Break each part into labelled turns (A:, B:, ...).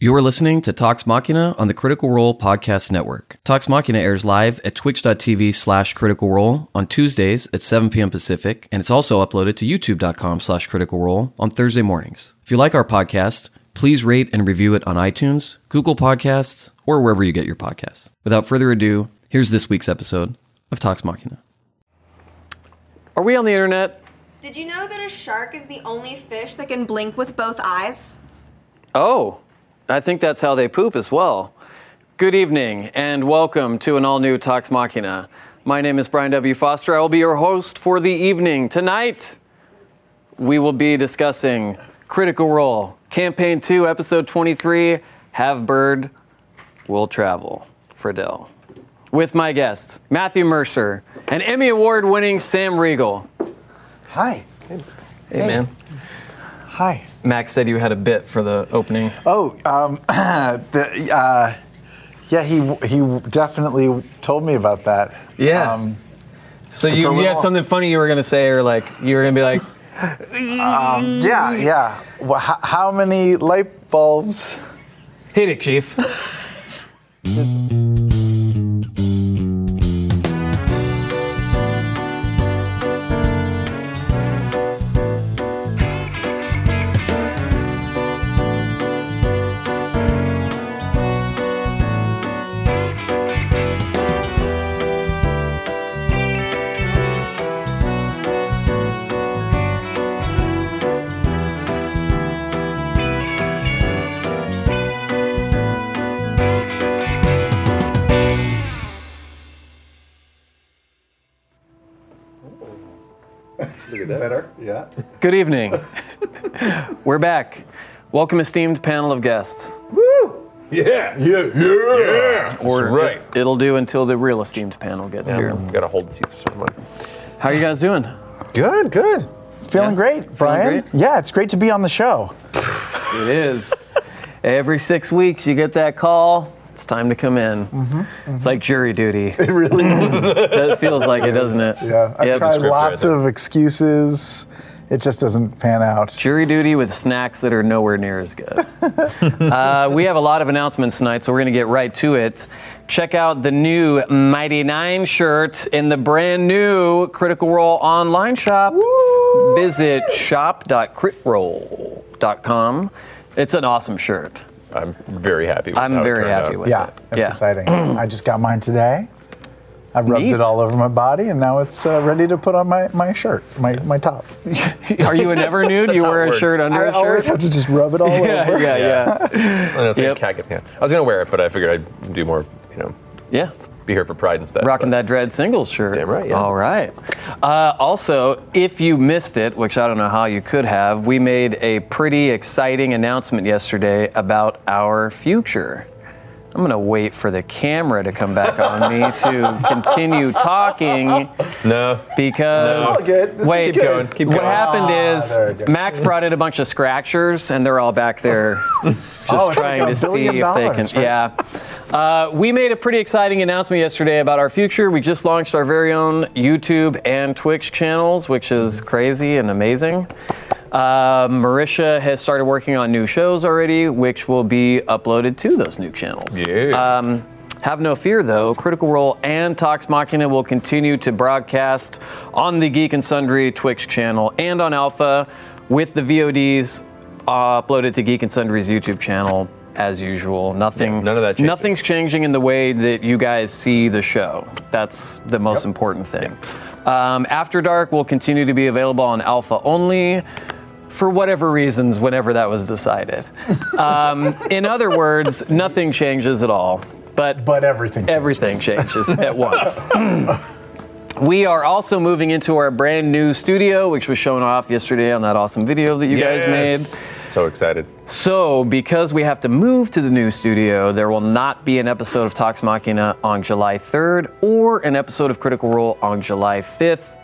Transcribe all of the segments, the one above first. A: You are listening to Talks Machina on the Critical Role Podcast Network. Talks Machina airs live at twitch.tv slash critical role on Tuesdays at 7 p.m. Pacific, and it's also uploaded to youtube.com slash critical role on Thursday mornings. If you like our podcast, please rate and review it on iTunes, Google Podcasts, or wherever you get your podcasts. Without further ado, here's this week's episode of Talks Machina. Are we on the internet?
B: Did you know that a shark is the only fish that can blink with both eyes?
A: Oh, I think that's how they poop as well. Good evening and welcome to an all new Talks Machina. My name is Brian W. Foster. I will be your host for the evening. Tonight, we will be discussing Critical Role, Campaign 2, Episode 23 Have Bird, Will Travel, Friedel. With my guests, Matthew Mercer and Emmy Award winning Sam Riegel.
C: Hi.
A: Hey, man.
C: Hi.
A: Max said you had a bit for the opening.
C: Oh, um, the, uh, yeah, he he definitely told me about that.
A: Yeah.
C: Um,
A: So you,
C: It's a
A: you have
C: little-
A: something funny you were gonna say, or like you were gonna be like,
C: um, yeah, yeah. Well, how, how many light bulbs?
A: "Hit it, chief."
C: Better. Yeah.
A: Good evening. we're back. Welcome, esteemed panel of guests.
D: Yeah.
C: Yeah. Yeah.
A: Or
D: right.
A: it, will do until the real esteemed panel gets here.
D: Got to hold the seats.
A: How you guys doing?
D: Good, good.
C: Feeling great, Brian.
A: great?
C: Yeah, it's great to be on the show.
A: It is. Every six weeks, you get that call. It's time to come in. It's like jury duty.
C: It really is.
A: that feels like it, doesn't it?
C: Yeah. I've
A: Yep.
C: tried
D: descriptor,
C: lots
D: I think.
C: of excuses. It just doesn't pan out.
A: Jury duty with snacks that are nowhere near as good. uh, we have a lot of announcements tonight, so we're going to get right to it. Check out the new Mighty Nine shirt in the brand new Critical Role online shop. Visit shop.critroll.com. It's an awesome shirt.
D: I'm very happy with
A: I'm
D: how it
A: very
D: turned
A: happy
D: out.
A: with
C: Yeah,
A: it.
C: that's exciting. I just got mine today. I rubbed
A: Neat.
C: it all over my body, and now it's uh, ready to put on my, my shirt, my, my top.
A: Are you a never nude? you
D: how
A: wear
D: it
A: a
D: works.
A: shirt under
C: I
A: a
C: always
A: shirt?
C: have to just rub it all
A: yeah,
C: over.
A: yeah, yeah,
D: I know, it's like a
A: Yep.
D: khaki pant. I was going to wear it, but I figured I'd do more, you know,
A: yeah.
D: be here for pride instead.
A: Rocking
D: but-
A: that Dread singles shirt.
D: Damn right, yeah.
A: All right. Uh, also, if you missed it, which I don't know how you could have, we made a pretty exciting announcement yesterday about our future. I'm going to wait for the camera to come back on me to continue talking
D: No.
A: because.
C: It's all good. This is
A: wait,
C: good.
D: Keep going, keep
A: what
D: going.
A: happened
C: Ah, there we
A: is
C: go.
A: Max brought in a bunch of scratchers and they're all back there
C: Oh,
A: just
C: it's like
A: trying
C: a
A: to see
C: billion
A: if they can.
C: dollars, right?
A: Yeah. Uh, we made a pretty exciting announcement yesterday about our future. We just launched our very own YouTube and Twitch channels, which is crazy and amazing. Uh, Marisha has started working on new shows already, which will be uploaded to those new channels.
D: Yes.
A: Um, have no fear, though. Critical Role and Tox Machina will continue to broadcast on the Geek and Sundry Twitch channel and on Alpha with the VODs uh, uploaded to Geek and Sundry's YouTube channel as usual. Nothing.
D: Yeah, none of that changes.
A: Nothing's changing in the way that you guys see the show. That's the most important thing. Um, After Dark will continue to be available on Alpha only for whatever reasons, whenever that was decided. Um, in other words, nothing changes at all, but,
C: But everything. changes.
A: everything changes at once. we are also moving into our brand new studio, which was shown off yesterday on that awesome video that you guys
D: Yes.
A: made.
D: So excited.
A: So, because we have to move to the new studio, there will not be an episode of Talks Machina on July 3rd or an episode of Critical Role on July 5th.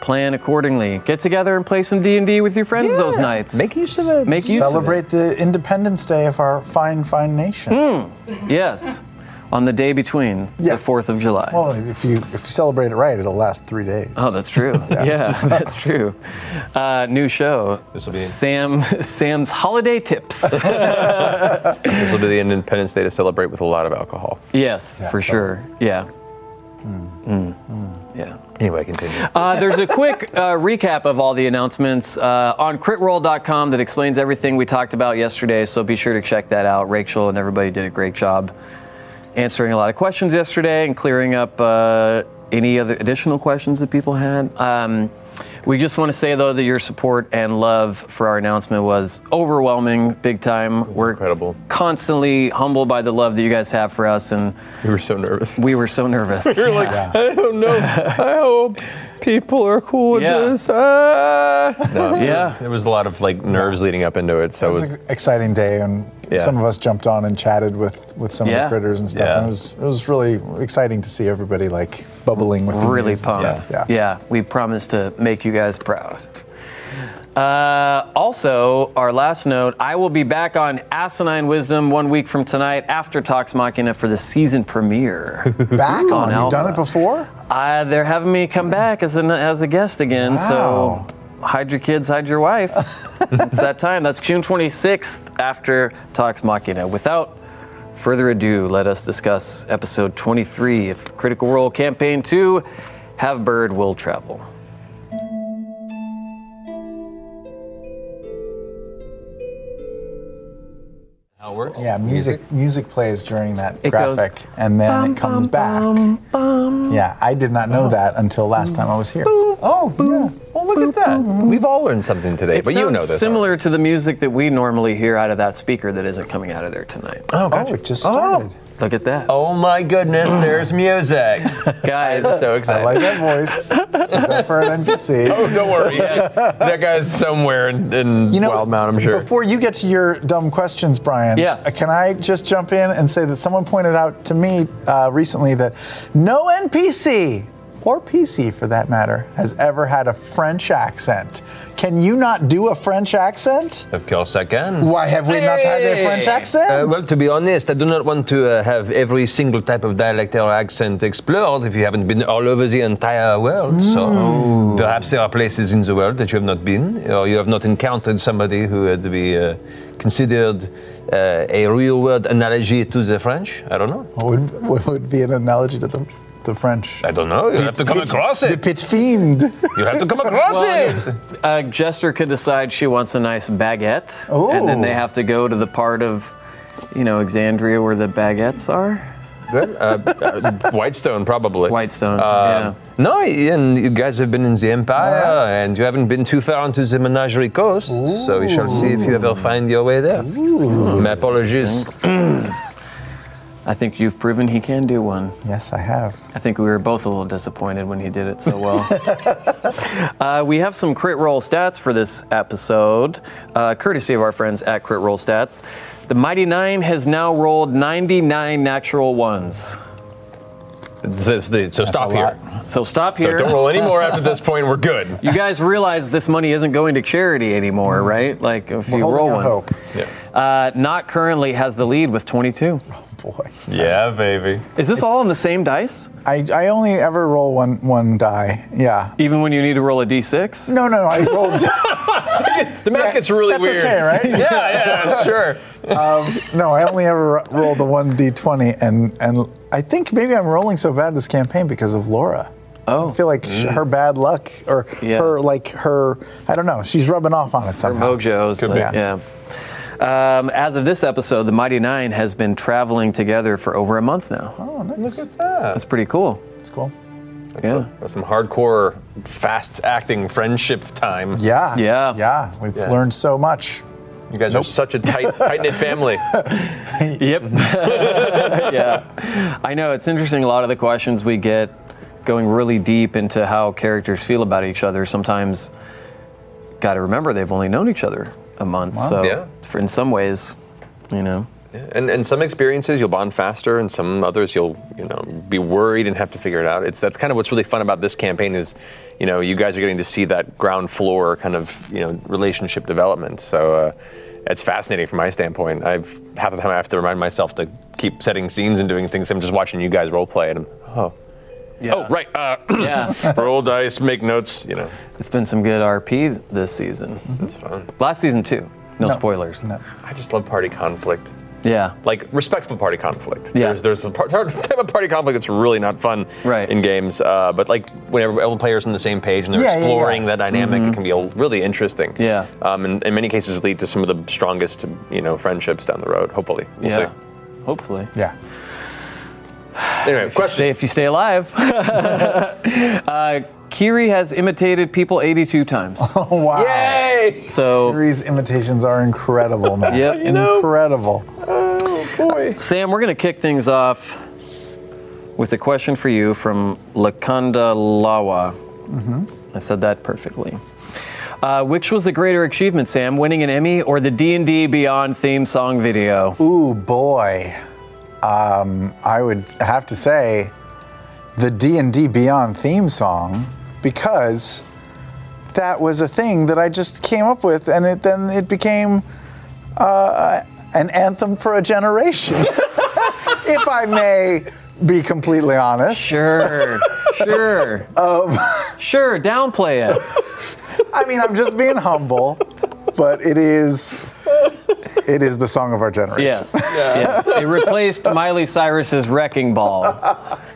A: Plan accordingly. Get together and play some D&D with your friends those nights. Make use of it. Make use of it. Hmm.
C: Celebrate the Independence Day of our fine, fine nation.
A: Yes. on the day between
C: Yeah.
A: the 4th of July.
C: Well, if you if you celebrate it right, it'll last three days.
A: Oh, that's true. yeah. that's true. Uh, new show.
E: This will be-
A: Sam Sam's holiday tips.
E: This will be the Independence Day to celebrate with a lot of alcohol.
A: yes,
C: Yeah,
A: for
C: totally.
A: sure. Yeah. Mm. Yeah.
E: Anyway, continue.
A: Uh, there's a quick uh, recap of all the announcements uh, on critroll.com that explains everything we talked about yesterday, so be sure to check that out. Rachel and everybody did a great job answering a lot of questions yesterday and clearing up uh, any other additional questions that people had. Um, we just want to say, though, that your support and love for our announcement was overwhelming, big time. We're
E: incredible.
A: constantly humbled by the love that you guys have for us, and
E: We were so nervous.
A: we were so nervous.
E: You're like, I don't know. I hope people are cool with
A: Yeah.
E: this. Ah. No,
A: Yeah.
E: There was a lot of like nerves leading up into it, so
C: It
E: it
C: was
E: was,
C: an exciting day, and
E: Yeah.
C: some of us jumped on and chatted with, with some
A: Yeah.
C: of the critters and stuff.
E: Yeah.
C: And it was it was really exciting to see everybody like bubbling with the
A: really
C: news and
A: pumped.
C: stuff.
A: Yeah. we promise to make you guys proud. Uh, also, our last note I will be back on Asinine Wisdom one week from tonight after Talks Machina for the season premiere.
C: Back on,
A: Alpha.
C: you've done it before.
A: uh, they're having me come back as, an, as a guest again,
C: Wow.
A: so hide your kids, hide your wife. it's that time. That's June 26th after Talks Machina. Without further ado, let us discuss episode 23 of Critical Role Campaign 2 Have Bird Will Travel.
E: how it works.
C: Yeah, music music plays during that
A: It goes,
C: graphic, and then it comes back. Yeah, I did not know that until last time I was here.
E: Oh, yeah. Well, look at that. We've all learned something today,
A: It
E: but you
A: sounds
E: know this.
A: Similar to the music that we normally hear out of that speaker that isn't coming out of there tonight.
E: Oh,
C: Oh,
E: gotcha.
C: it just started.
A: Look at that.
E: Oh my goodness, there's music.
A: guys.
E: so
C: I
E: excited.
C: like that voice Go for an NPC.
E: oh, don't worry. Yes. that guy's somewhere in, in
C: You know,
E: Wild Mountain, I'm sure.
C: Before you get to your dumb questions, Brian,
A: Yeah.
C: uh, can I just jump in and say that someone pointed out to me uh, recently that no NPC, or PC for that matter, has ever had a French accent. Can you not do a French accent?
E: of course I can.
C: Why have we not had a French accent?
E: Uh, well, to be honest, I do not want to uh, have every single type of dialect or accent explored if you haven't been all over the entire world.
C: Mm.
E: So perhaps there are places in the world that you have not been, or you have not encountered somebody who had to be uh, considered uh, a real world analogy to the French. I don't know.
C: what, would, what would be an analogy to the, the French?
E: I don't know. You have to come
C: Pit-
E: across
C: The
E: it.
C: pit fiend.
E: You have to come across it.
A: Uh, Jester could decide she wants a nice baguette, and then
C: Ooh.
A: they have to go to the part of, you know, Exandria where the baguettes are.
E: Well, uh, uh, Whitestone, probably. Um,
A: Whitestone, yeah.
E: No, and you guys have been in the Empire, and you haven't been too far onto the Menagerie Coast, so we shall see if you ever find your way there. My apologies.
A: I think you've proven he can do one.
C: yes, I have.
A: I think we were both a little disappointed when he did it so well. uh, we have some crit roll stats for this episode, uh, courtesy of our friends at Crit Roll Stats. The Mighty Nine has now rolled 99 natural ones.
E: so stop
C: a lot.
E: here.
A: So stop
E: So
A: here.
E: don't roll anymore after this point. We're good.
A: You guys realize this money isn't going to charity anymore, right? Like if you
C: Holding
A: roll
C: out
A: one.
C: hope.
E: Yeah,
A: Uh, not currently has the lead with 22.
C: Oh, Boy.
E: yeah baby.
A: Is this all on the same dice?
C: I, I only ever roll one one die. Yeah.
A: Even when you need to roll a d6?
C: No, no, no. I rolled.
E: The math
C: Yeah,
E: gets really
C: that's
E: weird.
C: okay, right?
E: yeah, yeah, sure.
C: No, I only ever ro- rolled the one d20, and and I think maybe I'm rolling so bad this campaign because of Laura.
A: Oh.
C: I feel like sh her bad luck, or
A: Yeah.
C: her like her, I don't know. She's rubbing off on it somehow.
A: Mojo's.
E: Could
A: like,
C: be.
A: Yeah. Um, as of this episode, the Mighty Nine has been traveling together for over a month now.
C: oh, nice.
E: Look at that.
A: That's pretty cool.
C: That's cool.
A: yeah.
E: Ah, That's some hardcore, fast-acting friendship time.
C: Yeah.
A: Yeah.
C: Yeah. We've learned so much.
E: You guys are such a tight, tight-knit family.
A: Yep. yeah. I know it's interesting. A lot of the questions we get going really deep into how characters feel about each other. Sometimes, got to remember they've only known each other a month. So,
E: Yeah.
A: for, in some ways, you know.
E: And, and some experiences you'll bond faster, and some others you'll you know be worried and have to figure it out. It's that's kind of what's really fun about this campaign is, you know, you guys are getting to see that ground floor kind of you know relationship development. So uh, it's fascinating from my standpoint. I've half the time I have to remind myself to keep setting scenes and doing things. I'm just watching you guys role play, and I'm, oh, oh right, uh,
A: Yeah.
E: roll dice, make notes. You know,
A: It's been some good RP this season.
E: it's fun.
A: Last season too. No, spoilers.
C: Mm-hmm. No.
E: I just love party conflict.
A: Yeah.
E: like respectful party conflict.
A: Yeah.
E: There's there's a part, type of party conflict that's really not fun
A: Right.
E: in games. Uh, but like when every- everyone players on the same page and they're
C: Yeah, yeah, yeah.
E: exploring that dynamic, it can be a- really interesting.
A: Yeah.
E: Um, and in many cases lead to some of the strongest you know friendships down the road. Hopefully, we'll
A: yeah.
E: see.
A: Hopefully.
C: Yeah.
E: Anyway,
A: Stay
E: questions.
A: if you stay alive. uh, Kiri has imitated people 82 times.
C: Oh wow.
E: Yay!
A: So,
C: These imitations are incredible, man.
A: Yep. You know-
C: Incredible.
E: Boy.
A: Sam, we're going to kick things off with a question for you from Lakanda Lawa.
C: Mm-hmm.
A: I said that perfectly. Uh, which was the greater achievement, Sam? Winning an Emmy or the D&D Beyond theme song video?
C: Ooh boy. Um, I would have to say the D&D Beyond theme song because that was a thing that I just came up with and it then it became uh, an anthem for a generation. if I may be completely honest.
A: Sure, sure,
E: Um,
A: sure. Downplay it.
C: I mean, I'm just being humble, but it is it is the song of our generation.
A: Yes. yes. It replaced Miley Cyrus's Wrecking Ball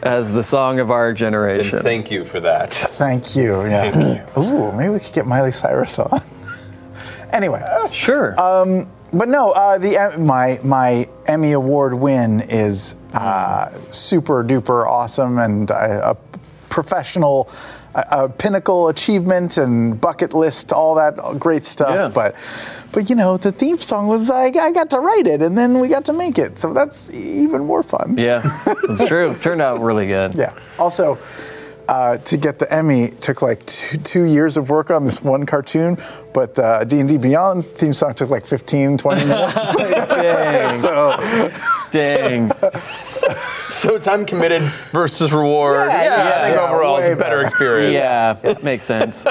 A: as the song of our generation.
E: Thank you for that.
C: Thank you. Yeah. Ooh, maybe we could get Miley Cyrus on. anyway,
A: Sure.
E: Um,
C: but no, uh, the Em- my my Emmy award win is uh, super duper awesome and uh, a professional. A a pinnacle achievement and bucket list, all that great stuff.
A: Yeah.
C: But, but you know, the theme song was like I got to write it, and then we got to make it, so that's even more fun.
A: yeah, it's true. Turned out really good.
C: Yeah. Also, uh, to get the Emmy took like two, two years of work on this one cartoon, but the D&D Beyond theme song took like 15, 20 minutes.
A: Dang,
C: so
A: dang.
E: So time committed versus reward.
C: Yeah,
E: I think
C: yeah,
E: overall it's
C: way
E: a better
C: better.
E: experience.
A: Yeah, makes sense.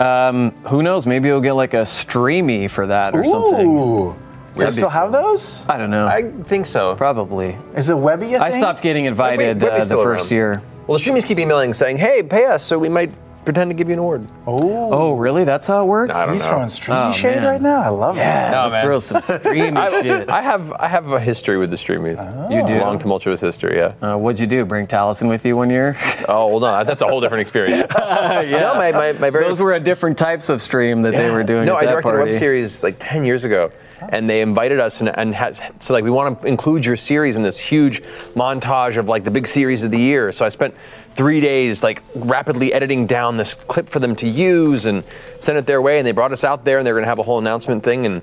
A: Um, who knows? Maybe you'll get like a streamy for that or something.
C: ooh. They still have those?
A: I don't know.
E: I think so.
A: Probably.
C: Is the Webby a thing?
A: I stopped getting invited
E: Whitney's
A: uh, the
E: still
A: first
E: around.
A: year.
E: Well, the streamies keep emailing saying, "Hey, pay us, so we might pretend to give you an award."
A: Oh, really? That's how it works?
E: I don't
C: He's
E: know.
C: throwing streaky
A: Oh,
C: shade
A: man.
C: right now. I love
A: yeah,
E: No,
A: let's
E: man.
A: throw some streamy shit.
E: I have I have a history with the streamies.
A: You do?
E: Long tumultuous history, yeah.
A: Uh, what'd you do? Bring Taliesin with you one year?
E: Oh well, no, that's a whole different experience. No, my, my, my very
A: Those were at different types of stream that they were doing.
E: no,
A: at
E: I
A: that
E: directed
A: party.
E: a web series like ten years ago, and they invited us and, and had, so like we want to include your series in this huge montage of like the big series of the year. So I spent three days like rapidly editing down this clip for them to use and send it their way, and they brought us out there and they were gonna have a whole announcement thing and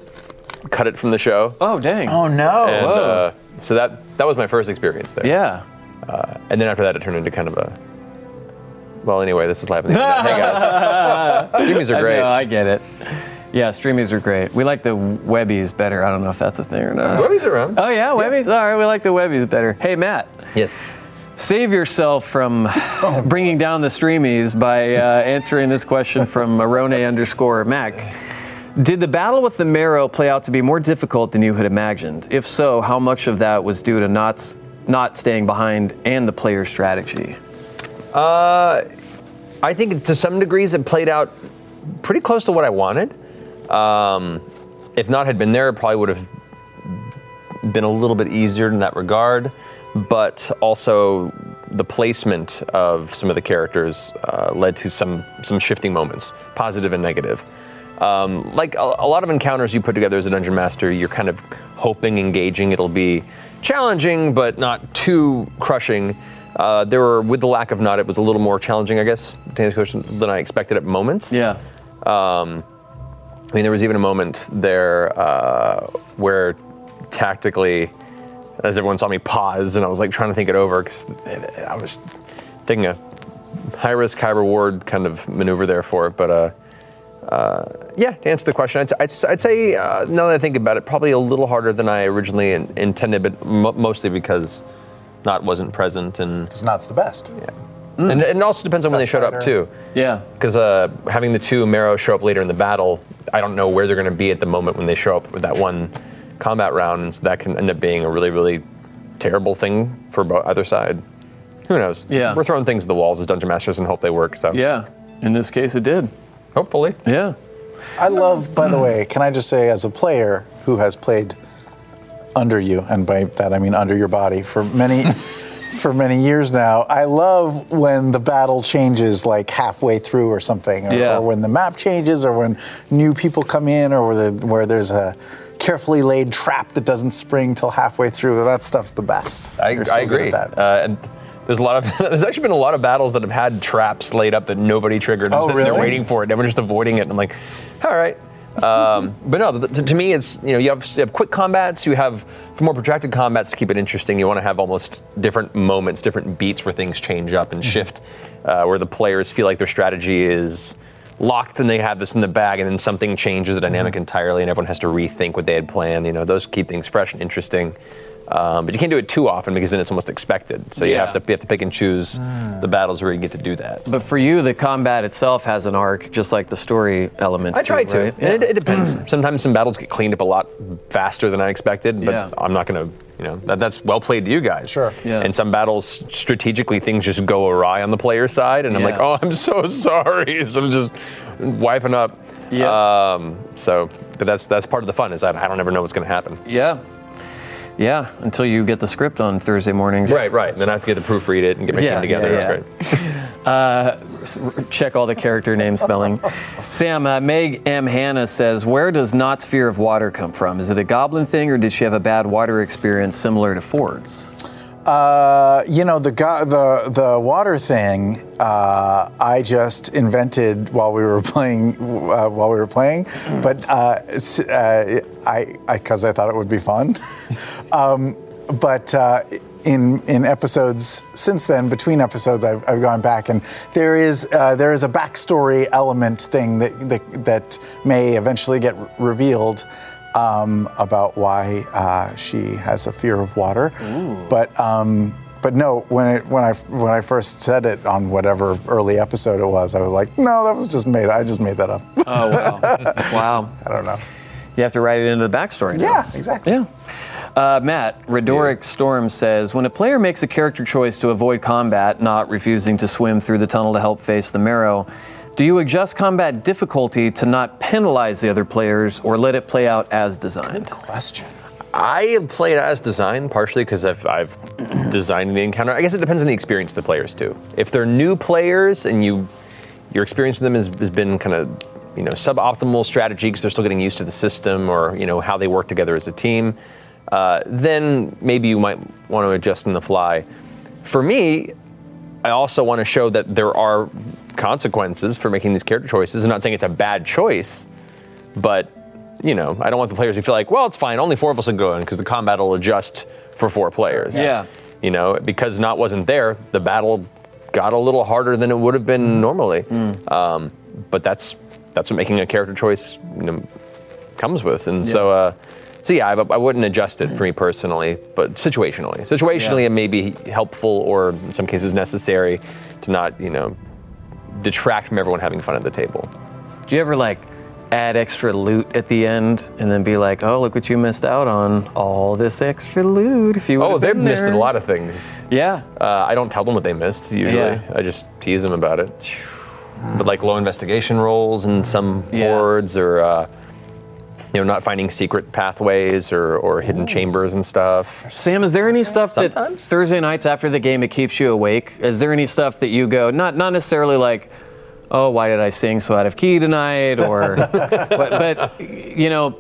E: cut it from the show.
A: Oh dang.
C: Oh, no.
E: and,
A: whoa.
E: uh, so that that was my first experience there.
A: Yeah.
E: And then after that, it turned into kind of a. Well, anyway, this is live on the internet. Hey guys, streamies are great.
A: No, I get it. Yeah, streamies are great. We like the webbies better. I don't know if that's a thing or not.
E: Webby's around.
A: Oh yeah, webbies. All right, we like the webbies better. Hey Matt,
E: Yes.
A: save yourself from
E: Oh,
A: bringing down the streamies by uh, answering this question from Arone underscore Mac. Did the battle with the Marrow play out to be more difficult than you had imagined? If so, how much of that was due to not not staying behind and the player strategy?
E: I think to some degrees it played out pretty close to what I wanted. Um, if not had been there, it probably would have been a little bit easier in that regard. But also, the placement of some of the characters uh, led to some some shifting moments, positive and negative. Um, like a, a lot of encounters you put together as a dungeon master, you're kind of hoping, engaging it'll be challenging, but not too crushing. Uh, there were, with the lack of not, it was a little more challenging, I guess, to answer your question, than I expected at moments.
A: Yeah.
E: I mean, there was even a moment there uh, where tactically, as everyone saw me pause, and I was like trying to think it over because I was thinking a high risk, high reward kind of maneuver there for it. But uh, uh, yeah, to answer the question, I'd, I'd, I'd say uh, now that I think about it, probably a little harder than I originally in, intended, but mo mostly because not wasn't present and,
C: Because not's the best.
E: and and it also depends on when they
C: Best
E: showed up
C: fighter.
E: too
A: Yeah.
E: because uh, having the two Marrow show up later in the battle I don't know where they're going to be at the moment when they show up with that one combat round, and so that can end up being a really, really terrible thing for bo- either side. Who knows?
A: Yeah.
E: we're throwing things at the walls as dungeon masters and hope they work. So
A: Yeah. In this case, it did.
E: hopefully.
A: Yeah.
C: I love, by the way, can I just say, as a player who has played under you, and by that I mean under your body for many. For many years now, I love when the battle changes like halfway through or something, or,
A: Yeah.
C: or when the map changes, or when new people come in, or where, the, where there's a carefully laid trap that doesn't spring till halfway through. That stuff's the best.
E: I,
C: You're so
E: I
C: good at
E: agree.
C: that.
E: Uh, and there's a lot of there's actually been a lot of battles that have had traps laid up that nobody triggered. I'm
C: Oh,
E: sitting
C: really?
E: They're waiting for it. and Everyone's just avoiding it. And I'm like, all right. Um, but no, th- to, to me, it's you know you have you have quick combats. You have for more protracted combats to keep it interesting. You want to have almost different moments, different beats where things change up and shift, uh, where the players feel like their strategy is locked and they have this in the bag, and then something changes the dynamic entirely, and everyone has to rethink what they had planned. You know, those keep things fresh and interesting. Um, but you can't do it too often because then it's almost expected. So you
A: Yeah.
E: have to you have to pick and choose the battles where you get to do that.
A: But for you, the combat itself has an arc, just like the story elements.
E: I try
A: do,
E: to,
A: right?
E: and it, it depends. Sometimes some battles get cleaned up a lot faster than I expected, but
A: Yeah.
E: I'm not gonna, you know, that, that's well played to you guys.
C: Sure.
A: Yeah.
E: And some battles strategically things just go awry on the player side, and I'm like,
A: Yeah.
E: oh, I'm so sorry. So I'm just wiping up.
A: Yeah.
E: Um, so, but that's that's part of the fun is that I don't ever know what's gonna happen.
A: yeah. Yeah. Until you get the script on Thursday mornings.
E: Right, right. And then I have to get to proofread it and get my
A: Yeah,
E: team together.
A: yeah,
E: That's
A: yeah. Uh,
E: great.
A: check all the character name spelling. Sam, uh, Meg M. Hannah says, Where does Nott's fear of water come from? Is it a goblin thing, or did she have a bad water experience similar to Ford's?
C: Uh, you know the go- the the water thing. Uh, I just invented while we were playing uh, while we were playing, but uh, s- uh, I because I, thought it would be fun. um, but uh, in in episodes since then, between episodes, I've, I've gone back and there is uh, there is a backstory element thing that that, that may eventually get r- revealed um, about why uh, she has a fear of water. But um, but no, when it, when I when I first said it on whatever early episode it was, I was like, no, that was just made. I just made that up.
A: Oh, wow. wow.
C: I don't know.
A: You have to write it into the backstory. now.
C: Yeah, exactly.
A: Yeah. Uh, Matt, Redoric Storm says When a player makes a character choice to avoid combat, not refusing to swim through the tunnel to help face the marrow, do you adjust combat difficulty to not penalize the other players or let it play out as designed?
C: Question.
E: I have played as design partially because I've, I've designed the encounter. I guess it depends on the experience of the players too. If they're new players and you your experience with them has, has been kind of you know suboptimal strategy because they're still getting used to the system or you know how they work together as a team, uh, then maybe you might want to adjust on the fly. For me, I also want to show that there are consequences for making these character choices. I'm not saying it's a bad choice, but you know, I don't want the players to feel like, well, it's fine, only four of us will go in because the combat will adjust for four players.
A: Yeah.
E: You know, because Knot wasn't there, the battle got a little harder than it would have been normally. Um, but that's that's what making a character choice you know, comes with, and so. Uh, so yeah, I, I wouldn't adjust it for me personally, but situationally. Situationally,
A: Yeah.
E: it may be helpful or in some cases necessary to not, you know, detract from everyone having fun at the table.
A: Do you ever like add extra loot at the end and then be like, oh, look what you missed out on? All this extra loot if you
E: Oh,
A: would've
E: they've
A: been
E: missed
A: there."
E: a lot of things.
A: Yeah.
E: Uh, I don't tell them what they missed usually.
A: Yeah.
E: I just tease them about it. But like low investigation rolls and some
A: Yeah.
E: hordes, or uh, you know, not finding secret pathways or, or hidden chambers and stuff.
A: Sam, is there any stuff that
E: Sometimes.
A: Thursday nights after the game it keeps you awake? Is there any stuff that you go, not not necessarily like, oh, why did I sing so out of key tonight? Or, but, but, you know,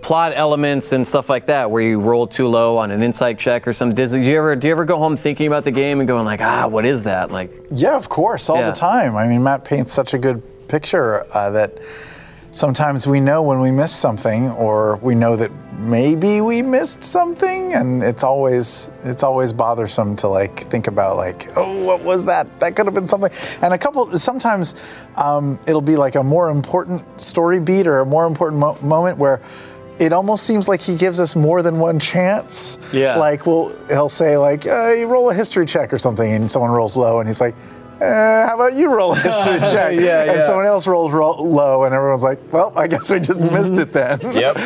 A: plot elements and stuff like that where you roll too low on an insight check or some Disney. Do you ever, do you ever go home thinking about the game and going like, ah, what is that? Like,
C: Yeah, of course, all
A: Yeah.
C: the time. I mean, Matt paints such a good picture uh, that sometimes we know when we miss something, or we know that maybe we missed something, and it's always it's always bothersome to like think about like, oh, what was that? That could have been something. And a couple sometimes um, it'll be like a more important story beat or a more important mo- moment where. It almost seems like he gives us more than one chance.
A: Yeah.
C: Like, well, he'll say like, uh, you roll a history check or something, and someone rolls low, and he's like, eh, how about you roll a history check?
D: Yeah,
C: and
D: yeah.
C: someone else rolls ro- low, and everyone's like, well, I guess we just missed it then.
E: Mm-hmm. Yep.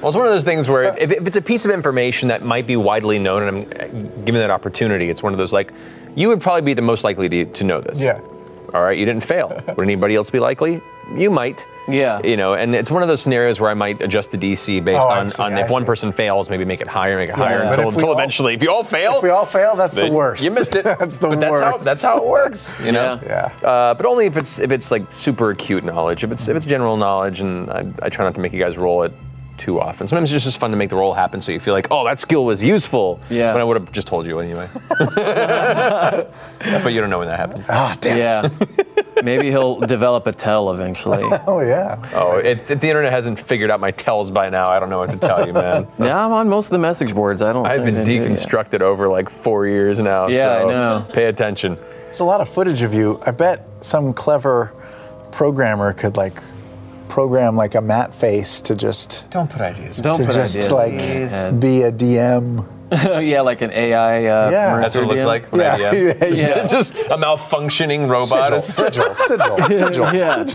E: well, it's one of those things where if, if it's a piece of information that might be widely known and I'm uh, given that opportunity, it's one of those like, you would probably be the most likely to, to know this.
C: Yeah.
E: All right, you didn't fail. Would anybody else be likely? You might.
A: Yeah.
E: You know, and it's one of those scenarios where I might adjust the DC based
C: Oh, I
E: on,
C: see,
E: on
C: I
E: if one
C: see.
E: person fails, maybe make it higher, make it higher
C: but
E: until,
C: if we
E: until
C: all-
E: eventually. If you all fail,
C: If we all fail, that's the
E: then
C: worst.
E: You missed it.
C: that's the
E: but
C: worst.
E: That's how, that's how it works. You know.
C: Yeah.
E: Uh, but only if it's if it's like super acute knowledge. If it's if it's general knowledge, and I, I try not to make you guys roll it too often. Sometimes it's just fun to make the roll happen, so you feel like, oh, that skill was useful.
A: Yeah.
E: When I would have just told you anyway. but you don't know when that happens.
C: Ah, damn.
A: Yeah. Maybe he'll develop a tell eventually.
C: Oh, yeah.
E: Oh, if, if the internet hasn't figured out my tells by now, I don't know what to tell you, man.
A: Yeah, I'm on most of the message boards. I don't.
E: I've
A: think they
E: been
A: do yet.
E: deconstructed over like four years now.
A: Yeah, I
E: so
A: know.
E: Pay attention.
C: There's a lot of footage of you. I bet some clever programmer could, like, program, like, a matte face to just.
D: Don't put ideas.
A: Don't
C: To
A: put
C: just
A: ideas
C: like
A: in your head.
C: be a DM.
A: yeah, like an AI. Uh,
C: Yeah.
A: Mercury
E: That's what it looks
A: DM.
E: like. when I
C: Yeah,
E: DM.
C: yeah, yeah.
E: just a malfunctioning robot.
C: Sigil, sigil, sigil, sigil.
A: Yeah.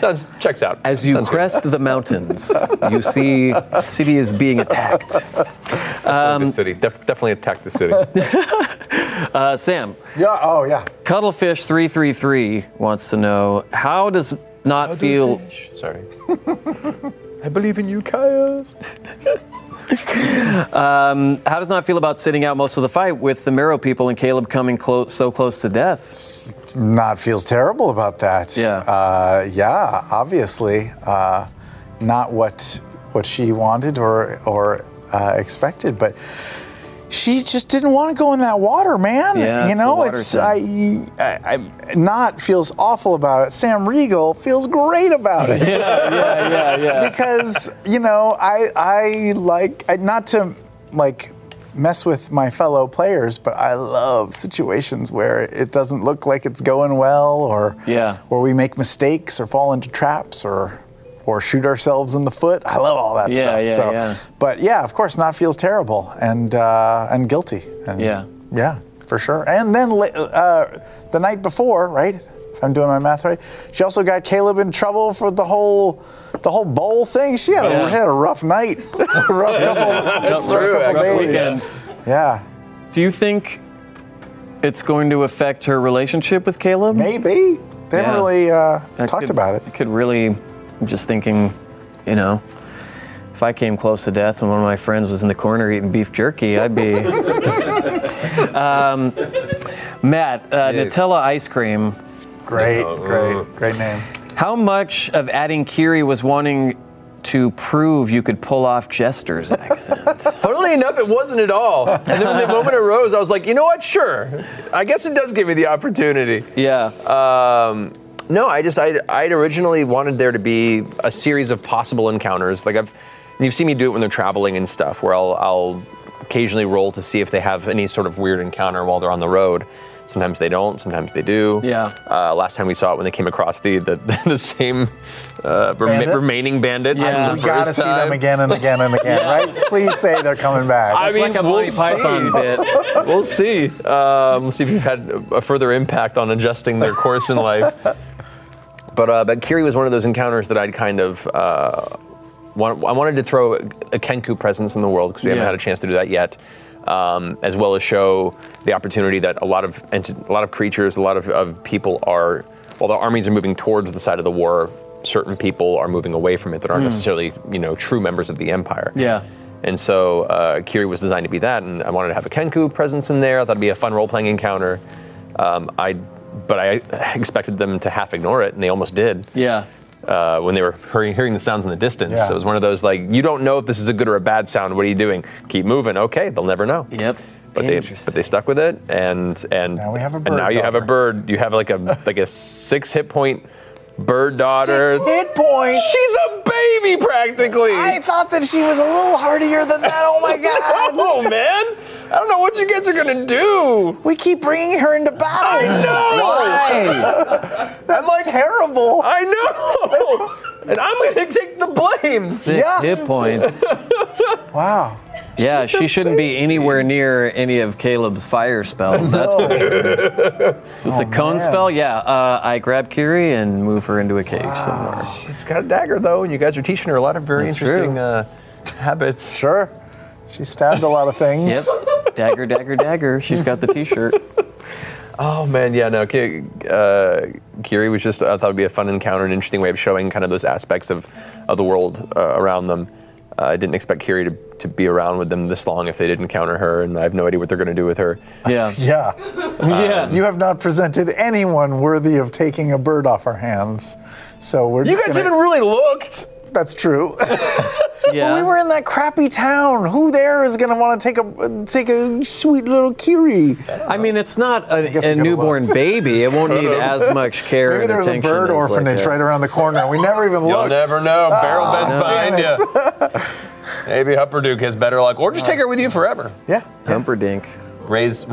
E: Sounds checks out.
A: As you
E: Sounds good.
A: crest the mountains, you see the city is being attacked.
E: the city, Def- definitely attack the city.
A: Uh, Sam,
C: Yeah, oh, yeah.
A: Cuttlefish three three three wants to know how does not feel.
E: Sorry. I believe in you, Kaya.
A: How does not feel about sitting out most of the fight with the Marrow people and Caleb coming close, so close to death?
C: not feels terrible about that.
A: Yeah.
C: Uh, yeah, obviously, uh, not what what she wanted or or uh, expected, but she just didn't want to go in that water, man.
A: Yeah,
C: you
A: it's the
C: know,
A: water
C: it's I,
A: thing.
C: I, I not feels awful about it. Sam Regal feels great about it
A: yeah, yeah, yeah.
C: because you know I I like I, not to like mess with my fellow players, but I love situations where it doesn't look like it's going well, or
A: Yeah.
C: or we make mistakes or fall into traps or or shoot ourselves in the foot. I love all that
A: Yeah,
C: stuff.
A: yeah,
C: so,
A: yeah.
C: but yeah, of course, not feels terrible and uh, and guilty. And
A: Yeah.
C: yeah, for sure. And then la- uh, the night before, right? If I'm doing my math right, she also got Caleb in trouble for the whole the whole bowl thing. She had,
A: Yeah.
C: a, she had a rough night, rough couple, rough
A: true,
C: couple
A: actually.
C: days.
A: Weekend.
C: Yeah,
A: Do you think it's going to affect her relationship with Caleb?
C: maybe they
A: Yeah.
C: haven't really uh,
A: That
C: talked
A: could-
C: about it.
A: It could really, I'm just thinking, you know, if I came close to death and one of my friends was in the corner eating beef jerky, I'd be. um, Matt, uh,
E: Yeah.
A: Nutella ice cream.
C: Great,
E: Ooh.
C: great, great name.
A: How much of adding Kiri was wanting to prove you could pull off Jester's accent?
E: Funnily enough, it wasn't at all. And then when the moment arose, I was like, you know what? Sure. I guess it does give me the opportunity.
A: yeah.
E: Um, no, I just I I'd originally wanted there to be a series of possible encounters. Like I've and you've seen me do it when they're traveling and stuff, where I'll I'll occasionally roll to see if they have any sort of weird encounter while they're on the road. Sometimes they don't. Sometimes they do.
A: Yeah.
E: Uh, last time we saw it when they came across the the, the same uh, rema-
C: Bandits?
E: remaining bandits.
A: Yeah.
E: from the
C: We gotta
E: first
C: see them
E: time.
C: again and again and again, right? Please say they're coming back.
E: I
A: It's
E: mean,
A: like a
E: we'll
A: Monty Python
E: see.
A: bit.
E: we'll see. Um, we'll see if you've had a further impact on adjusting their course in life. But uh, but Kiri was one of those encounters that I'd kind of. Uh, want, I wanted to throw a Kenku presence in the world because we haven't
A: Yeah.
E: had a chance to do that yet, um, as well as show the opportunity that a lot of enti- a lot of creatures, a lot of, of people are, while the armies are moving towards the side of the war, certain people are moving away from it that aren't necessarily you know true members of the empire.
A: Hmm. Yeah.
E: And so uh, Kiri was designed to be that, and I wanted to have a Kenku presence in there. I thought it'd be a fun role-playing encounter. Um, I, but I expected them to half ignore it, and they almost did
A: Yeah.
E: uh, when they were hearing, hearing the sounds in the distance.
C: Yeah.
E: It was one of those like, you don't know if this is a good or a bad sound. What are you doing? Keep moving. Okay, they'll never know.
A: Yep.
E: But they, but
A: Interesting.
E: they stuck with it, and and
C: Now we have a
E: and now
C: bird
E: you have a
C: daughter.
E: bird. You have like a like a six hit point bird daughter.
C: Six hit points.
E: She's a baby practically.
C: I thought that she was a little hardier than that. Oh my god.
E: oh man, I don't know what you guys are gonna do.
C: We keep bringing her into battles.
E: I know.
C: That's terrible.
E: I know. And I'm gonna take the blame.
A: Six
C: Yeah.
A: hit points.
C: wow.
A: Yeah, she shouldn't be anywhere near any of Caleb's fire spells. That's
C: No. Oh,
A: It's a cone
C: man.
A: spell. Yeah, uh, I grab Kiri and move her into a cage somewhere.
E: She's got a dagger though, and you guys are teaching her a lot of very
A: That's
E: interesting
A: true.
E: uh, habits.
C: Sure. She stabbed a lot of things.
A: Yep, dagger, dagger, dagger. She's got the T-shirt.
E: Oh man, yeah, no. Ki- uh, Kiri was just—I thought it'd be a fun encounter, an interesting way of showing kind of those aspects of, of the world uh, around them. Uh, I didn't expect Kiri to, to be around with them this long if they did encounter her, and I have no idea what they're going to do with her.
A: Yeah, Uh,
C: Yeah.
A: yeah.
C: You have not presented anyone worthy of taking a bird off our hands. So we're
E: You
C: just
E: guys
C: gonna-
E: haven't really looked.
C: That's true.
A: yeah.
C: we were in that crappy town. Who there is going to want to take a take a sweet little Kiri?
A: I mean, it's not a,
C: guess we
A: a
C: got a
A: newborn
C: lot.
A: baby. It won't need as much care.
C: Maybe
A: and
C: there was a
A: attention
C: bird
A: as, like,
C: orphanage
A: a-
C: right around the corner. We never even
E: You'll
C: looked.
E: never know. Barrel bends
A: no.
E: behind you. Maybe Hupperduke has better luck, or just take her with you forever.
C: Yeah.
A: Humperdink.
E: Raise.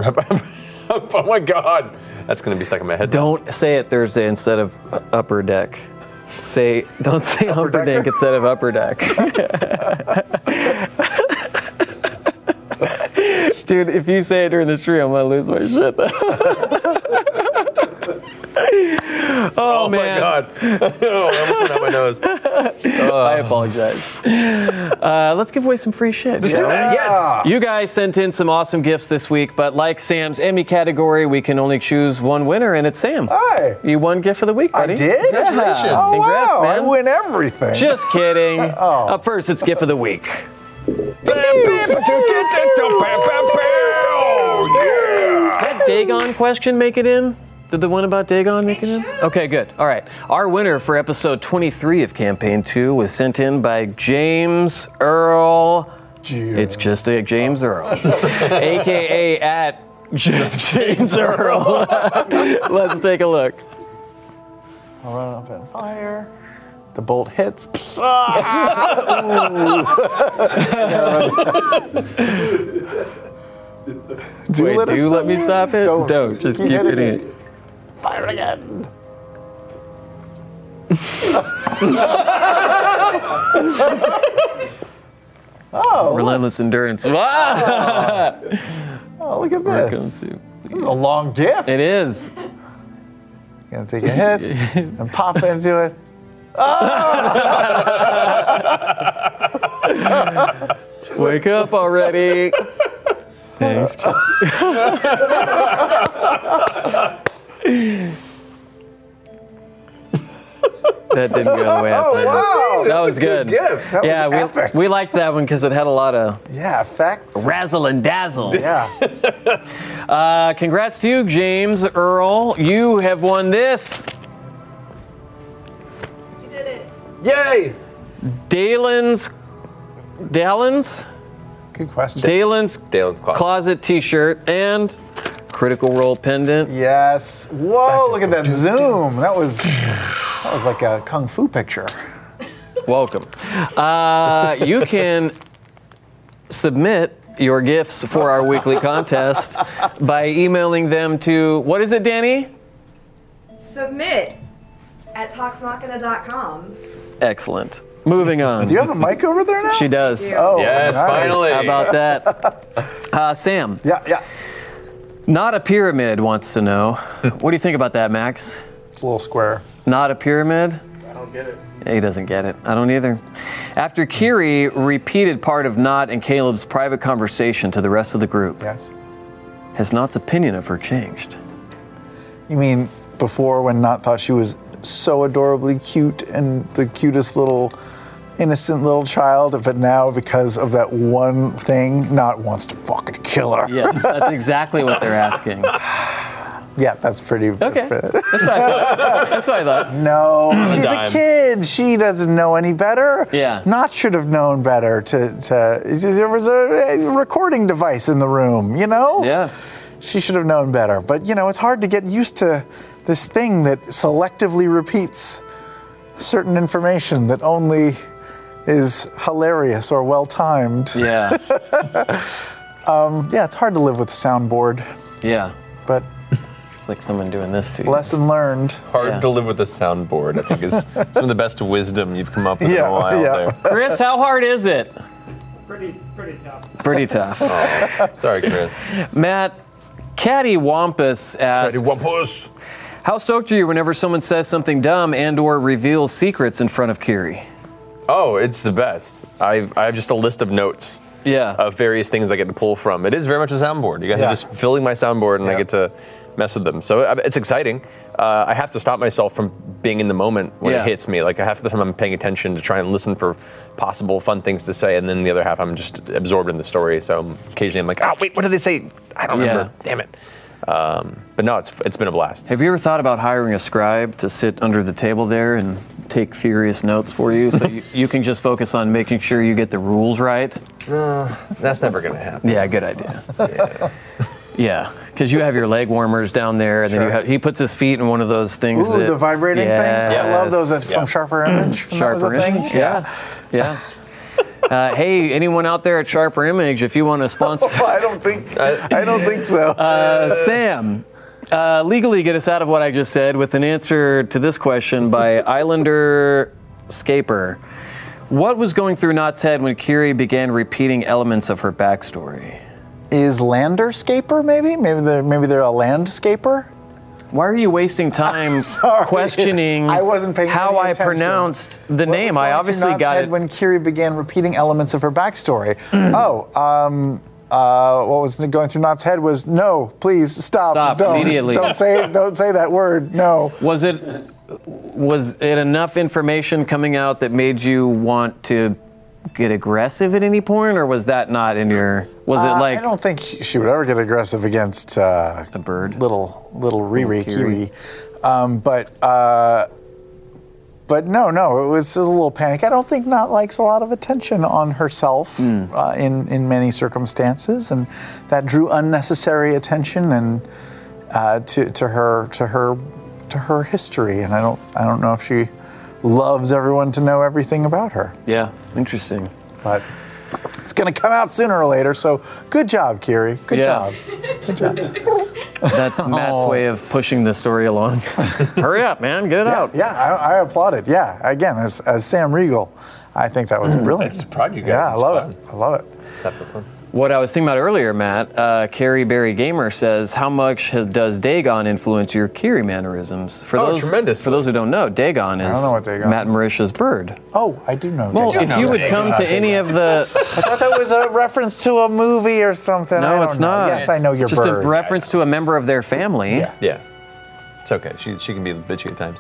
E: oh my God, that's going to be stuck in my head.
A: Don't say it Thursday instead of upper deck. Say don't say Humperdink
C: decker?
A: instead of upper deck. Dude, if you say it during the stream, I'm gonna lose my shit. oh,
E: Oh
A: man,
E: my God. oh, I almost went out my nose.
A: I apologize. Uh, let's give away some free shit.
E: Let's do that. Yes.
A: You guys sent in some awesome gifts this week, but like Sam's Emmy category, we can only choose one winner, and it's Sam.
C: Hi.
A: You won gift for the week, buddy.
C: did?
A: Yeah.
E: Congratulations.
C: Oh
A: Congrats,
C: wow!
A: man.
C: I win Oh. everything.
A: Just kidding. Up first, it's gift of the week.
E: Yeah.
A: Did Dagon question make it in? Did the one about Dagon make it in? Okay, good. All right. Our winner for episode 23 of Campaign 2 was sent in by James Earl. It's just a James Earl, aka at just James Earl. Let's take a look.
C: I'll run up and fire. The bolt hits. Psst.
A: Ah!
C: do
A: Wait,
C: let it
A: do you let me stop it?
C: Don't.
A: Don't. Just keep
C: hitting
A: hitting it.
C: Fire again.
A: Relentless endurance. Wow.
C: Oh, look at
A: Here it
C: this.
A: comes.
C: This is a long gift.
A: It is.
C: Gonna take a hit and pop into it.
A: Wake up already. Thanks. Jess. that didn't go the way I planned
C: Oh, Wow!
A: it. That was good.
E: gift.
C: That
A: yeah,
C: was epic.
A: we, we liked that one because it had a lot of
C: yeah, effects.
A: razzle and dazzle.
C: Yeah.
A: Uh, congrats to you, James Earl. You have won this
B: You did it.
E: Yay.
A: Dalen's Dalen's
C: Good question.
A: Dalen's
E: Dalen's closet.
A: closet T-shirt and Critical Role pendant.
C: Yes. Whoa! Look at that zoom. That was that was like a kung fu picture.
A: Welcome. Uh, you can submit your gifts for our weekly contest by emailing them to what is it, Danny?
B: Submit at talksmachina.com.
A: Excellent. Moving on.
C: Do you have a mic over there now?
A: she does.
C: Oh,
E: Yes,
C: nice.
E: finally.
A: How about that? Uh, Sam,
C: Yeah, yeah.
A: not a pyramid wants to know. What do you think about that, Max?
C: It's a little square.
A: Not a pyramid? He doesn't get it. I don't either. After Kiri repeated part of Nott and Caleb's private conversation to the rest of the group,
C: Yes.
A: has Nott's opinion of her changed?
C: You mean before when Not thought she was so adorably cute and the cutest little innocent little child, but now because of that one thing, Not wants to fucking kill her.
A: Yes, that's exactly what they're asking.
C: Yeah, that's pretty. That's
A: Okay.
C: pretty-
A: That's what I thought. That's what I thought.
C: no, she's
E: Dime.
C: a kid. She doesn't know any better.
A: Yeah.
C: Not should have known better. To to there was a, a recording device in the room. You know.
A: Yeah.
C: she should have known better. But you know, it's hard to get used to this thing that selectively repeats certain information that only is hilarious or well timed.
A: Yeah.
C: Um, yeah, it's hard to live with soundboard,
A: Yeah.
C: but
A: It's like someone doing this to you.
C: lesson learned.
E: Hard
A: Yeah.
E: to live with a soundboard, I think, is some of the best wisdom you've come up with in
C: Yeah,
E: a while
C: yeah.
E: there.
A: Chris, how hard is it?
F: Pretty, pretty tough.
A: Pretty tough.
E: Sorry, Chris.
A: Matt, Caddy Wampus asks,
E: Wampus.
A: how stoked are you whenever someone says something dumb and or reveals secrets in front of Kiri?
E: Oh, it's the best. I've, I have just a list of notes
A: Yeah.
E: of various things I get to pull from. It is very much a soundboard. You guys
C: Yeah.
E: are just filling my soundboard, and I
C: Yeah.
E: get to mess with them. So uh, it's exciting. Uh, I have to stop myself from being in the moment when
A: Yeah.
E: it hits me. Like half the time I'm paying attention to try and listen for possible fun things to say, and then the other half I'm just absorbed in the story. So occasionally I'm like, oh wait, what did they say? I don't
A: Yeah.
E: remember. Damn it. Um, but no, it's it's been a blast.
A: Have you ever thought about hiring a scribe to sit under the table there and take furious notes for you so you, you can just focus on making sure you get the rules right?
E: That's never gonna happen.
A: Yeah, good idea. Yeah, because you have your leg warmers down there, and then you have, he puts his feet in one of those things.
C: Ooh,
A: that-
C: the vibrating things. I love
A: Yes.
C: those that's
E: Yeah.
C: from Sharper Image. When that was a
A: Sharper
C: thing.
A: Image. Yeah. Yeah. Uh, hey, anyone out there at Sharper Image, if you want to sponsor
C: I don't think I don't think so.
A: Uh, Sam, uh, legally get us out of what I just said with an answer to this question by Islander Scaper. What was going through Nott's head when Kiri began repeating elements of her backstory?
C: Is landerscaper maybe? Maybe they're maybe they're a landscaper.
A: Why are you wasting time
C: sorry.
A: questioning
C: I wasn't paying
A: how
C: any
A: I
C: attention.
A: pronounced the
C: What was
A: name? I
C: going through
A: obviously
C: Nott's
A: got
C: head
A: it. Hmm.
C: when Kiri began repeating elements of her backstory. Oh, um, uh, what was going through Nott's head was no, please stop,
A: Stop
C: don't,
A: immediately."
C: Don't say don't say that word. No.
A: Was it was it enough information coming out that made you want to get aggressive at any point, or was that not in your? Was
C: Uh,
A: it like
C: I don't think she would ever get aggressive against uh,
A: a bird?
C: little little Riri
A: Kiri.
C: Kiri. Um, but uh, but no, no, it was just a little panic. I don't think Not likes a lot of attention on herself
A: Hmm.
C: uh, in in many circumstances, and that drew unnecessary attention and uh, to to her to her to her history. And I don't I don't know if she loves everyone to know everything about her,
A: Yeah, interesting.
C: but. It's going to come out sooner or later, so good job, Kiri. Good
A: Yeah.
C: job.
A: That's Matt's
C: Oh.
A: way of pushing the story along. Hurry up, man, get it
C: Yeah,
A: out.
C: yeah I, I applaud it. Yeah, again, as, as Sam Regal, I think that
A: Mm.
C: was brilliant.
E: Proud you guys.
C: Yeah, I
E: It's
C: love it. I
E: fun.
C: love it.
E: It's half the fun.
A: What I was thinking about earlier, Matt, uh, Carrie Barry Gamer says, how much has, does Dagon influence your Kiri mannerisms? For
E: Oh,
A: those,
E: tremendously.
A: For those who don't know, Dagon is
C: don't know what Dagon
A: Matt and Marisha's bird.
C: Oh, I do know.
A: Well,
C: that.
A: if you would come to any of
C: I
A: the...
C: thought that was a reference to a movie or something. I
A: No,
C: don't
A: it's
C: know.
A: not.
C: Yes, I know your
A: Just
C: bird.
A: a reference to a member of their family.
C: Yeah.
E: Yeah, it's okay. She she can be bitchy at times.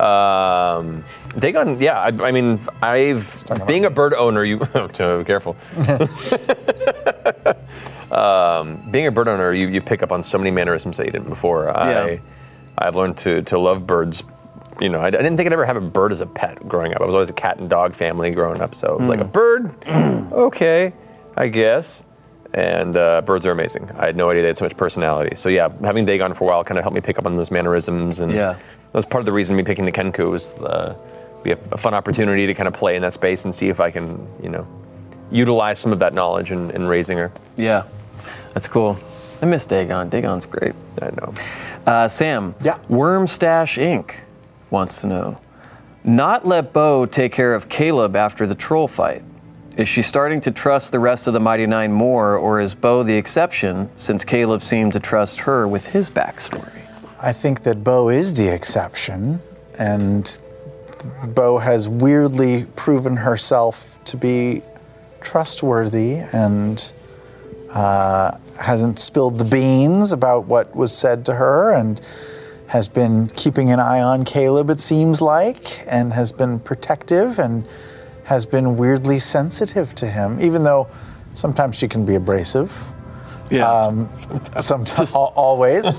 E: Um, Dagon, yeah. I, I mean, I've
C: talking about
E: being
C: me.
E: a bird owner. You to- careful. um, being a bird owner, you, you pick up on so many mannerisms that you didn't before.
A: Yeah.
E: I I've learned to to love birds. You know, I, I didn't think I'd ever have a bird as a pet growing up. I was always a cat and dog family growing up, so it was like a bird. okay, I guess. And uh, birds are amazing. I had no idea they had so much personality. So yeah, having Dagon for a while kind of helped me pick up on those mannerisms, and
A: Yeah.
E: that was part of the reason me picking the Kenku was uh, we have a fun opportunity to kind of play in that space and see if I can, you know, utilize some of that knowledge in, in raising her.
A: Yeah. That's cool. I miss Dagon. Dagon's great.
E: I know.
A: Uh, Sam.
C: Yeah.
A: Worm Stash Inc. wants to know. Not let Bo take care of Caleb after the troll fight. Is she starting to trust the rest of the Mighty Nine more, or is Bo the exception since Caleb seemed to trust her with his backstory?
C: I think that Bo is the exception, and Bo has weirdly proven herself to be trustworthy and uh, hasn't spilled the beans about what was said to her and has been keeping an eye on Caleb, it seems like, and has been protective and has been weirdly sensitive to him, even though sometimes she can be abrasive
A: Yeah.
C: Um, sometimes al- always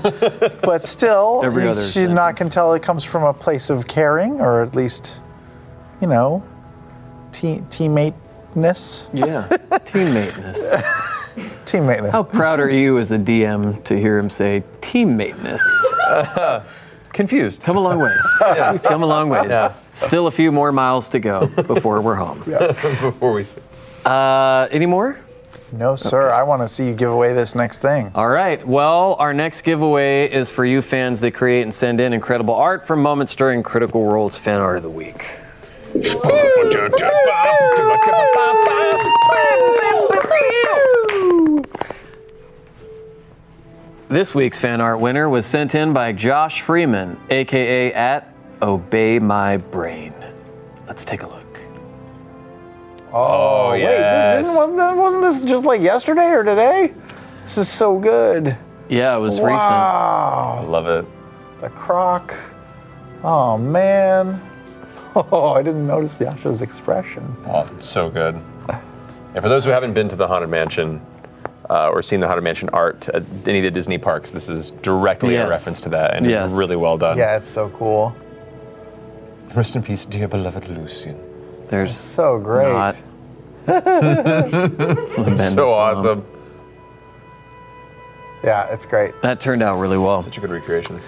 C: but still
A: Every
C: you-
A: other
C: she's not can tell it comes from a place of caring or at least you know te- teammateness
A: yeah. Teammateness.
C: teammateness
A: How proud are you as a DM to hear him say teammateness?
E: Confused.
A: Come a long ways. Come a long ways. Still a few more miles to go before we're home.
E: Before we.
A: Uh, any more?
C: No, sir. I want to see you give away this next thing.
A: All right. Well, our next giveaway is for you fans that create and send in incredible art from moments during Critical Role's Fan Art of the Week. This week's fan art winner was sent in by Josh Freeman, aka at Obey My Brain. Let's take a look.
C: Oh, wait, this didn't, wasn't, that- wasn't this just like yesterday or today? This is so good.
A: Yeah, it was recent.
C: Wow.
E: Love it.
C: The croc. Oh, man. Oh, I didn't notice Yasha's expression.
E: Oh, it's so good. And for those who haven't been to the Haunted Mansion uh, or seen the Haunted Mansion art at any of the Disney parks, this is directly
A: Yes.
E: a reference to that, and
A: Yes.
E: it's really well done.
C: Yeah, it's so cool.
E: Rest in peace, dear beloved Lucian.
A: There's
C: So great.
A: not.
E: So awesome.
C: Yeah, it's great.
A: That turned out really well.
E: Such a good recreation.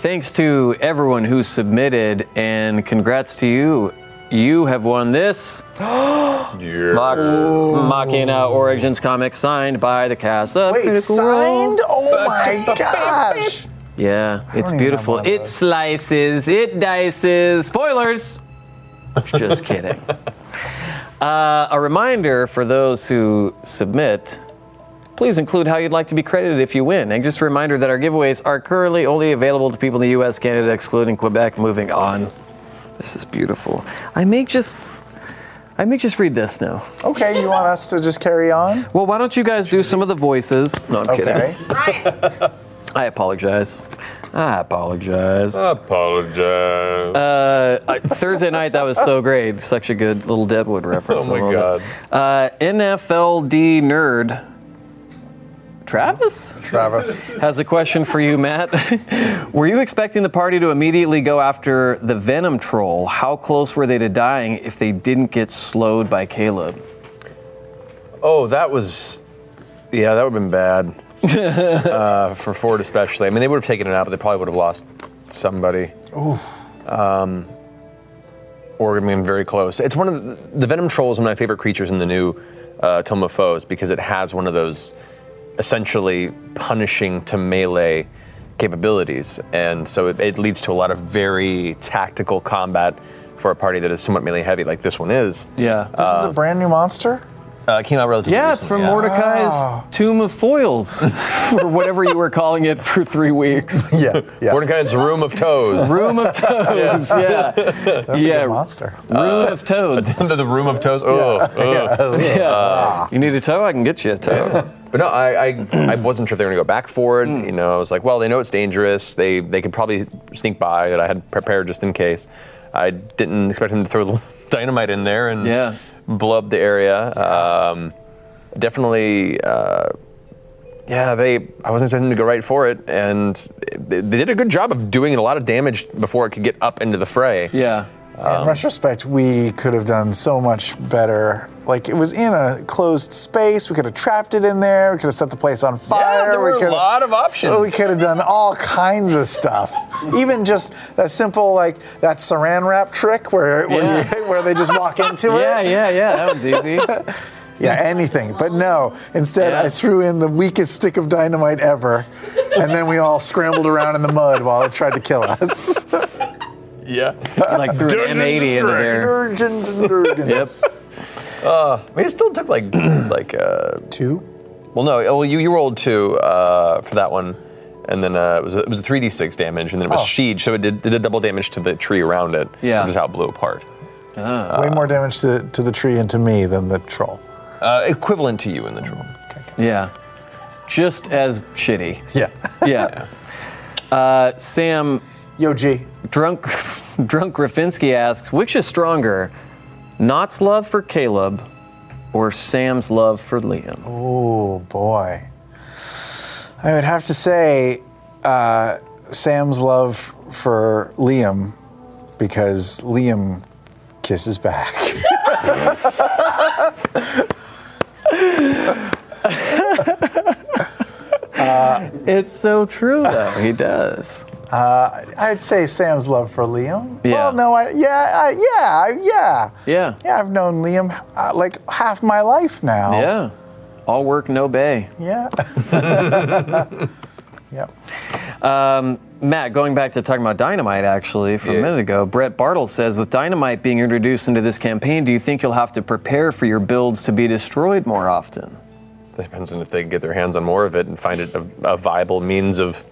A: Thanks to everyone who submitted, and congrats to you. You have won this
E: Yeah.
A: box Machina Origins comic signed by the cast. of
C: Wait,
A: Critical Role.
C: signed? Oh my gosh.
A: Yeah, it's
C: even have
A: beautiful.
C: one of
A: It
C: those.
A: slices, it dices. Spoilers! Just kidding. Uh, a reminder for those who submit please include how you'd like to be credited if you win. And just a reminder that our giveaways are currently only available to people in the US, Canada, excluding Quebec. Moving on. This is beautiful. I may just. I may just read this now.
C: Okay, you want us to just carry on?
A: Well, why don't you guys do some of the voices? No, I'm
C: Okay.
A: kidding. I apologize. I apologize.
E: Uh, Apologize.
A: Uh, I- Thursday night, that was so great. Such a good little Deadwood reference.
E: oh my
A: I love
E: god.
A: it. Uh, NFLD nerd Travis
C: Travis.
A: has a question for you, Matt. were you expecting the party to immediately go after the Venom troll? How close were they to dying if they didn't get slowed by Caleb?
E: Oh, that was. Yeah, that would have been bad. uh, for Ford, especially. I mean, they would have taken it out, but they probably would have lost somebody. Oof. Um, or would have been very close. It's one of the, the Venom Troll is one of my favorite creatures in the new uh, Tome of Foes because it has one of those essentially punishing to melee capabilities. And so it, it leads to a lot of very tactical combat for a party that is somewhat melee heavy, like this one is.
A: Yeah.
C: This is a brand new monster?
E: Uh, it came out relatively
A: yeah, it's
E: recently,
A: from
E: yeah.
A: Mordecai's
C: Wow.
A: Tomb of Foils, or whatever you were calling it for three weeks.
C: Yeah, yeah.
E: Mordecai's Room of Toes.
A: Room of Toads, yeah.
C: That's
A: yeah.
C: a good monster. Uh.
A: Room of Toads.
E: Under the Room of Toes. Oh,
A: Yeah.
C: Ah.
A: you need a toe? I can get you a toe.
E: But no, I, I, I wasn't sure if they were going to go back for
A: Mm.
E: it. You know, I was like, well, they know it's dangerous. They they could probably sneak by that I had prepared just in case. I didn't expect them to throw dynamite in there and
A: Yeah.
E: blow up the area. Um, definitely, uh, yeah, they. I wasn't expecting them to go right for it, and they, they did a good job of doing a lot of damage before it could get up into the fray.
A: Yeah.
E: Um,
C: In retrospect, we could have done so much better. Like it was in a closed space. We could have trapped it in there. We could have set the place on fire.
E: there
C: we
E: were a
C: could
E: lot of options.
C: We could have done all kinds of stuff. Even just a simple like that Saran wrap trick where where, you, where they just walk into
A: Yeah,
C: it.
A: yeah, yeah. That was easy.
C: Yeah, anything. But no, instead
A: Yeah.
C: I threw in the weakest stick of dynamite ever, and then we all scrambled around in the mud while it tried to kill us.
E: Yeah.
A: like threw an M80 into there.
C: Durgin, durgin.
A: Yep.
E: I mean, it still took like like. Uh,
C: Two.
E: Well, no. oh, Well, you you rolled two uh, for that one, and then uh, it was a, it was a three d six damage, and then it was
C: Oh.
E: siege, so it did, it did double damage to the tree around it.
A: Yeah.
E: which is how it blew apart.
C: Way more damage to, to the tree and to me than the troll.
E: Uh, equivalent to you in the drill.
A: Yeah. Just as shitty.
C: Yeah.
A: Yeah. Uh, Sam,
C: Yo, G.
A: drunk, drunk Rafinsky asks, which is stronger, Knott's love for Caleb or Sam's love for Liam?
C: Oh, boy. I would have to say uh, Sam's love for Liam because Liam kisses back.
A: It's so true, though. He does.
C: Uh, I'd say Sam's love for Liam.
A: Yeah.
C: Well, no, I, yeah, I, yeah, I- yeah.
A: Yeah.
C: Yeah, I've known Liam uh, like half my life now.
A: Yeah. All work, no bay.
C: Yeah. yep.
A: Matt, going back to talking about dynamite actually from a
E: Yes.
A: minute ago, Brett Bartle says with dynamite being introduced into this campaign, do you think you'll have to prepare for your builds to be destroyed more often?
E: Depends on if they can get their hands on more of it and find it a, a viable means of,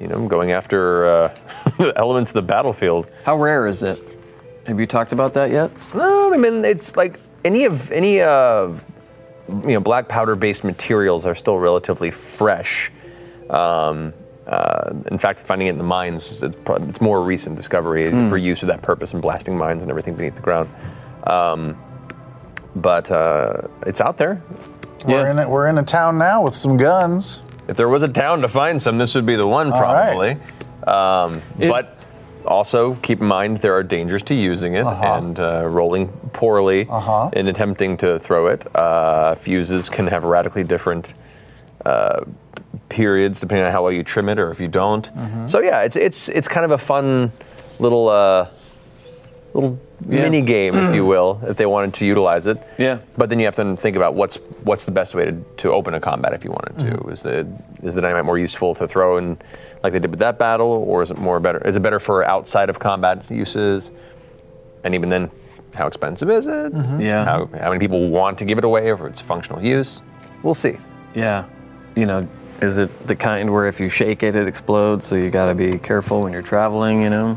E: you know, going after uh, the elements of the battlefield.
A: How rare is it? Have you talked about that yet?
E: No, I mean it's like any of any uh, you know black powder-based materials are still relatively fresh. Um, uh, in fact, finding it in the mines is- it's, prob- it's more recent discovery for use for that purpose and blasting mines and everything beneath the ground. Um, but uh, it's out there.
C: We're in it. We're in a town now with some guns.
E: If there was a town to find some, this would be the one probably.
C: right.
E: Um, but also keep in mind there are dangers to using it and uh, rolling poorly
C: Uh-huh.
E: in attempting to throw it. Uh, fuses can have radically different uh, periods depending on how well you trim it or if you don't.
C: Mm-hmm.
E: So yeah, it's it's it's kind of a fun little uh, little
A: Yeah.
E: mini game, if you will, if they wanted to utilize it.
A: Yeah.
E: But then you have to think about what's what's the best way to, to open a combat if you wanted to. Is the is the dynamite more useful to throw in like they did with that battle, or is it more better? Is it better for outside of combat uses? And even then, how expensive is it?
A: Yeah.
E: How how many people want to give it away, or if it's functional use? We'll see.
A: Yeah. You know, is it the kind where if you shake it, it explodes? So you got to be careful when you're traveling, you know?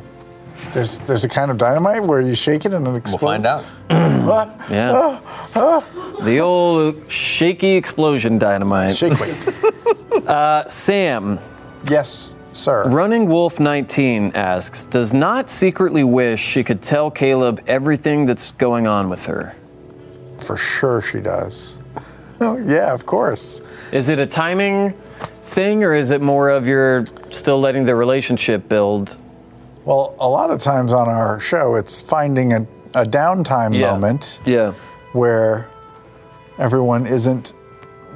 C: There's there's a kind of dynamite where you shake it and it
E: We'll
C: explodes.
E: find out.
C: Ah,
A: Yeah. The old shaky explosion dynamite.
C: shake weight.
A: Sam,
C: yes, sir.
A: Running Wolf 19 asks Does not secretly wish she could tell Caleb everything that's going on with her.
C: For sure she does. Oh, yeah, of course.
A: Is it a timing thing or is it more of you're still letting the relationship build?
C: Well, a lot of times on our show, it's finding a, a downtime
A: Yeah.
C: moment
A: Yeah.
C: where everyone isn't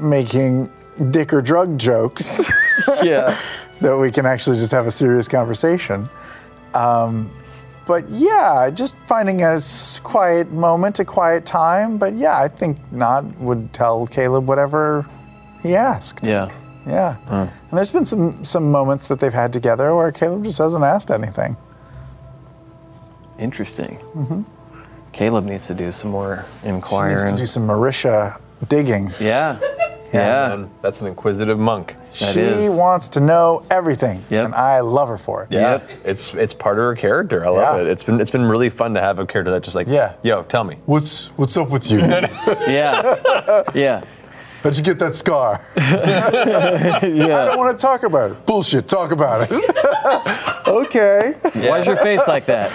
C: making dick or drug jokes
A: Yeah.
C: that we can actually just have a serious conversation. Um, but yeah, just finding a s- quiet moment, a quiet time. But yeah, I think Nod would tell Caleb whatever he asked.
A: yeah.
C: Yeah. And there's been some some moments that they've had together where Caleb just hasn't asked anything.
A: Interesting. Caleb needs to do some more
C: He
A: inquiring.
C: needs to do some Marisha digging.
A: yeah. Yeah.
E: And that's an inquisitive monk.
C: she
A: is.
C: wants to know everything,
A: Yep.
C: and I love her for it.
A: Yep.
E: It's it's part of her character. I love
C: Yeah.
E: it. It's been it's been really fun to have a character that just like
C: Yeah.
E: yo, tell me.
C: What's what's up with you? How'd
A: Yeah. yeah.
C: you get that scar? I don't want to talk about it. Bullshit. Talk about it. okay.
A: Why's your face like that?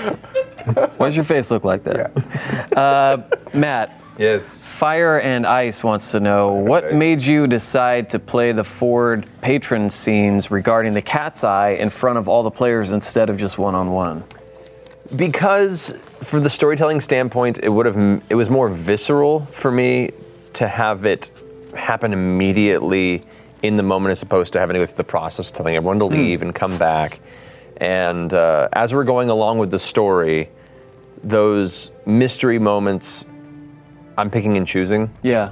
A: Why's your face look like that? Uh, Matt,
E: Yes.
A: Fire and Ice wants to know what
E: Ice.
A: made you decide to play the Ford patron scenes regarding the cat's eye in front of all the players instead of just one on one?
E: because from the storytelling standpoint it would have it was more visceral for me to have it happen immediately in the moment as opposed to having to go through the process of telling everyone to leave and come back and uh, as we're going along with the story those mystery moments i'm picking and choosing
A: Yeah.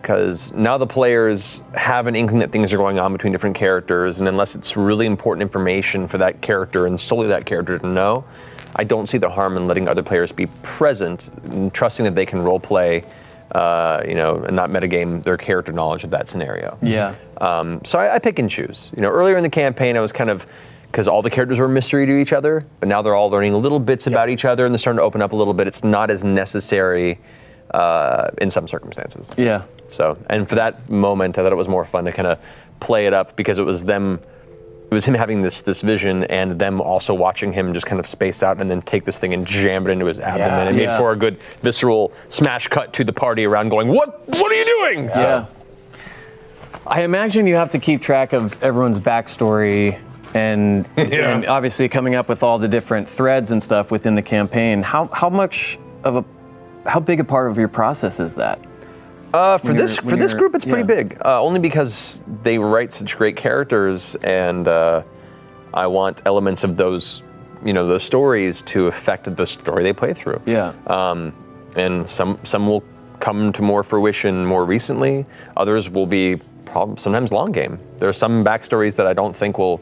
E: because now the players have an inkling that things are going on between different characters, and unless it's really important information for that character and solely that character to know, I don't see the harm in letting other players be present, and trusting that they can roleplay, uh, you know, and not metagame their character knowledge of that scenario.
A: Yeah.
E: Um, so I, I pick and choose. You know, earlier in the campaign, I was kind of because all the characters were a mystery to each other, but now they're all learning little bits about each other, and they're starting to open up a little bit. It's not as necessary uh, in some circumstances.
A: Yeah.
E: So, and for that moment, I thought it was more fun to kind of play it up because it was them, it was him having this this vision and them also watching him just kind of space out and then take this thing and jam it into his abdomen.
C: Yeah.
E: it made
A: Yeah.
E: for a good visceral smash cut to the party around, going, "What? What are you doing?" So,
A: Yeah. I imagine you have to keep track of everyone's backstory and, and obviously coming up with all the different threads and stuff within the campaign. How, how much of a, how big a part of your process is that?
E: Uh, for
A: When
E: this
A: you're-
E: for
A: when
E: this
A: you're-
E: group, it's pretty
A: yeah.
E: big. Uh, only because they write such great characters, and uh, I want elements of those, you know, those stories to affect the story they play through.
A: Yeah.
E: um, and some some will come to more fruition more recently. Others will be prob- sometimes long game. There are some backstories that I don't think will,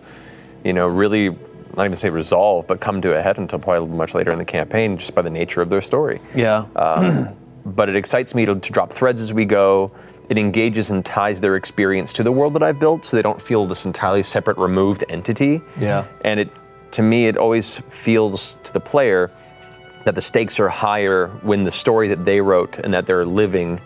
E: you know, really not even say resolve, but come to a head until probably much later in the campaign, just by the nature of their story Um,
A: Yeah.
E: uh, but it excites me to, to drop threads as we go. It engages and ties their experience to the world that I've built, so they don't feel this entirely separate, removed entity.
A: Yeah.
E: And it, to me, it always feels to the player that the stakes are higher when the story that they wrote and that they're living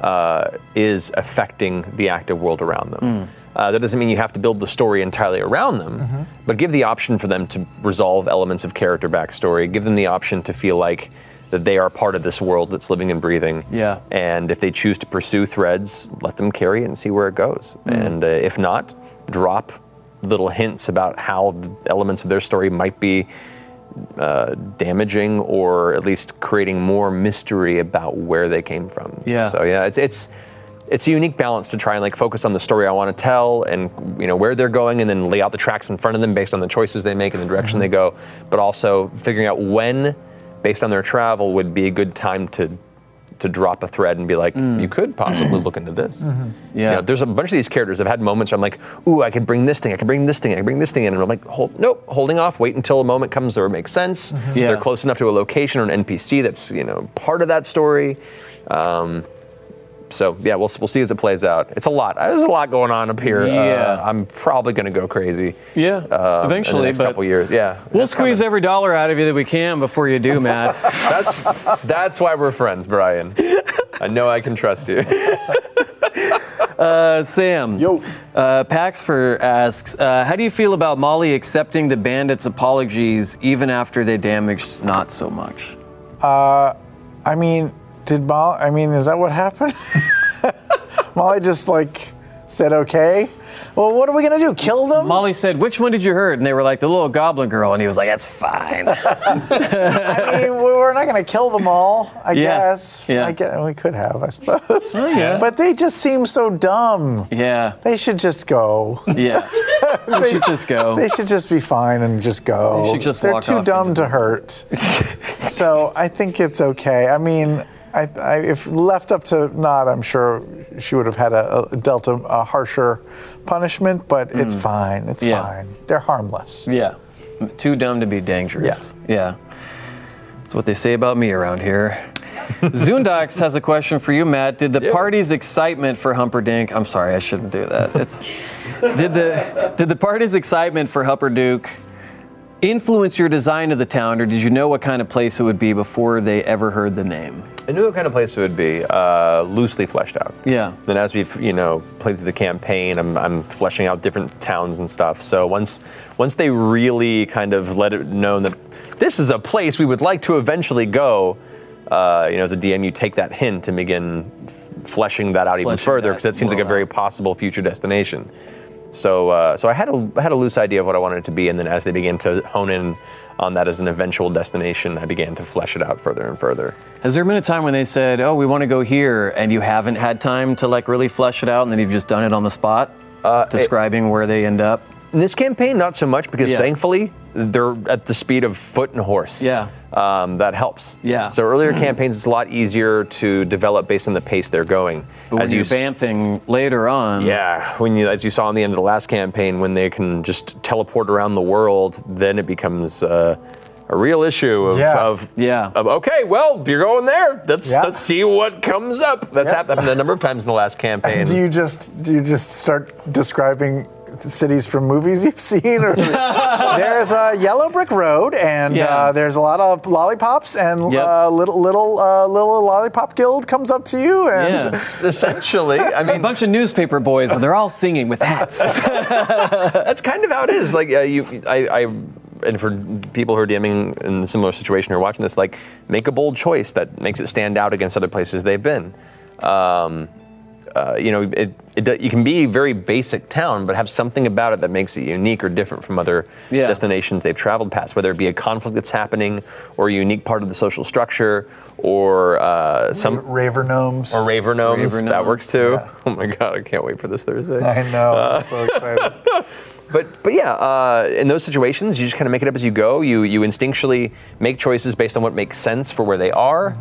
E: uh, is affecting the active world around them. Uh, that doesn't mean you have to build the story entirely around them, but give the option for them to resolve elements of character backstory. Give them the option to feel like that they are part of this world that's living and breathing.
A: Yeah.
E: And if they choose to pursue threads, let them carry it and see where it goes. And uh, if not, drop little hints about how the elements of their story might be uh, damaging or at least creating more mystery about where they came from.
A: Yeah.
E: So yeah, it's it's it's a unique balance to try and like focus on the story I want to tell and you know where they're going and then lay out the tracks in front of them based on the choices they make and the direction they go, but also figuring out when based on their travel would be a good time to to drop a thread and be like, you could possibly look into this.
A: Yeah.
E: You know, there's a bunch of these characters. I've had moments where I'm like, ooh, I could bring this thing, I could bring this thing, I could bring this thing in. And I'm like, hold, nope, holding off, wait until a moment comes where it makes sense.
A: Mm-hmm. Yeah.
E: They're close enough to a location or an NPC that's, you know, part of that story. Um, so yeah, we'll, we'll see as it plays out. It's a lot. There's a lot going on up here. Uh,
A: Yeah.
E: I'm probably going to go crazy.
A: Yeah,
E: um, in
A: eventually,
E: the next
A: but-
E: couple years. Yeah,
A: We'll
E: that's
A: squeeze every dollar out of you that we can before you do, Matt.
E: That's that's why we're friends, Brian. I know I can trust you.
A: uh, Sam.
G: Yo.
A: Uh, Paxfer asks, uh, how do you feel about Molly accepting the bandits' apologies even after they damaged not so much?
C: I mean, did Molly? I mean, is that what happened? Molly just like said, "Okay." Well, what are we gonna do? Kill them?
A: Molly said, which one did you hurt? And they were like, the little goblin girl. And he was like, that's fine.
C: I mean, we- we're not gonna kill them all. I
A: Yeah,
C: guess.
A: yeah. Oh,
C: I guess we could have, I suppose.
A: yeah.
C: But they just seem so dumb.
A: yeah,
C: They should just go.
A: yeah.
C: they
A: should just go.
C: They should just be fine and just go.
A: They should just
C: They're
A: walk
C: too
A: off
C: dumb
A: into
C: to hurt. so I think it's okay. I mean, I, I, if left up to Nod, I'm sure she would have had a, a dealt a, a harsher punishment, but it's fine. It's
A: Mm. Yeah.
C: fine. They're harmless.
A: Yeah. Too dumb to be dangerous. Yeah. That's what they say about me around here. Zundax has a question for you, Matt. Did the party's excitement for Humperdinck? I'm sorry, I shouldn't do that. It's did the did the party's excitement for Humperdinck influence your design of the town, or did you know what kind of place it would be before they ever heard the name?
E: I knew what kind of place it would be, uh, loosely fleshed out.
A: Yeah.
E: Then as we've you know played through the campaign, I'm, I'm fleshing out different towns and stuff. So once once they really kind of let it known that this is a place we would like to eventually go, uh, you know, as a DM, you take that hint and begin f- fleshing that out even
A: Fleshing
E: further
A: that
E: because that seems like a
A: world
E: very
A: out.
E: possible future destination. So uh, so I had a I had a loose idea of what I wanted it to be, and then as they began to hone in on that as an eventual destination, I began to flesh it out further and further.
A: Has there been a time when they said, "Oh, we want to go here," and you haven't had time to like really flesh it out, and then you've just done it on the spot, describing where they end up?
E: In this campaign, not so much because
A: Yeah.
E: thankfully they're at the speed of foot and horse.
A: Yeah.
E: Um, that helps.
A: Yeah. Mm.
E: So earlier campaigns, it's a lot easier to develop based on the pace they're going.
A: But when you're
E: s-
A: vamping later on,
E: yeah, when you as you saw in the end of the last campaign, when they can just teleport around the world, then it becomes uh, a real issue of,
C: Yeah.
E: of
A: Yeah.
E: of, okay, well you're going there. Let's
C: Yeah.
E: let's see what comes up. That's
C: Yeah.
E: happened a number of times in the last campaign.
C: Do you just do you just start describing cities from movies you've seen? Or there's a yellow brick road, and
A: Yeah.
C: uh, there's a lot of lollipops, and
A: Yep.
C: uh, little little uh, little lollipop guild comes up to you, and
A: yeah.
E: Essentially, I
A: A
E: mean,
A: bunch of newspaper boys, and they're all singing with hats.
E: that's kind of how it is. Like uh, you, I, I, and for people who are DMing in a similar situation who are watching this, like make a bold choice that makes it stand out against other places they've been. Um, uh, you know, it, it, do- you can be a very basic town, but have something about it that makes it unique or different from other
A: Yeah.
E: destinations they've traveled past, whether it be a conflict that's happening, or a unique part of the social structure, or uh, some
C: raver gnomes.
E: or raver gnomes.
A: Raver
E: That
A: gnomes,
E: works too. Oh my god, I can't wait for this Thursday.
C: I know.
E: Uh.
C: I'm so excited.
E: But but yeah, uh, in those situations, you just kind of make it up as you go. You you instinctually make choices based on what makes sense for where they are,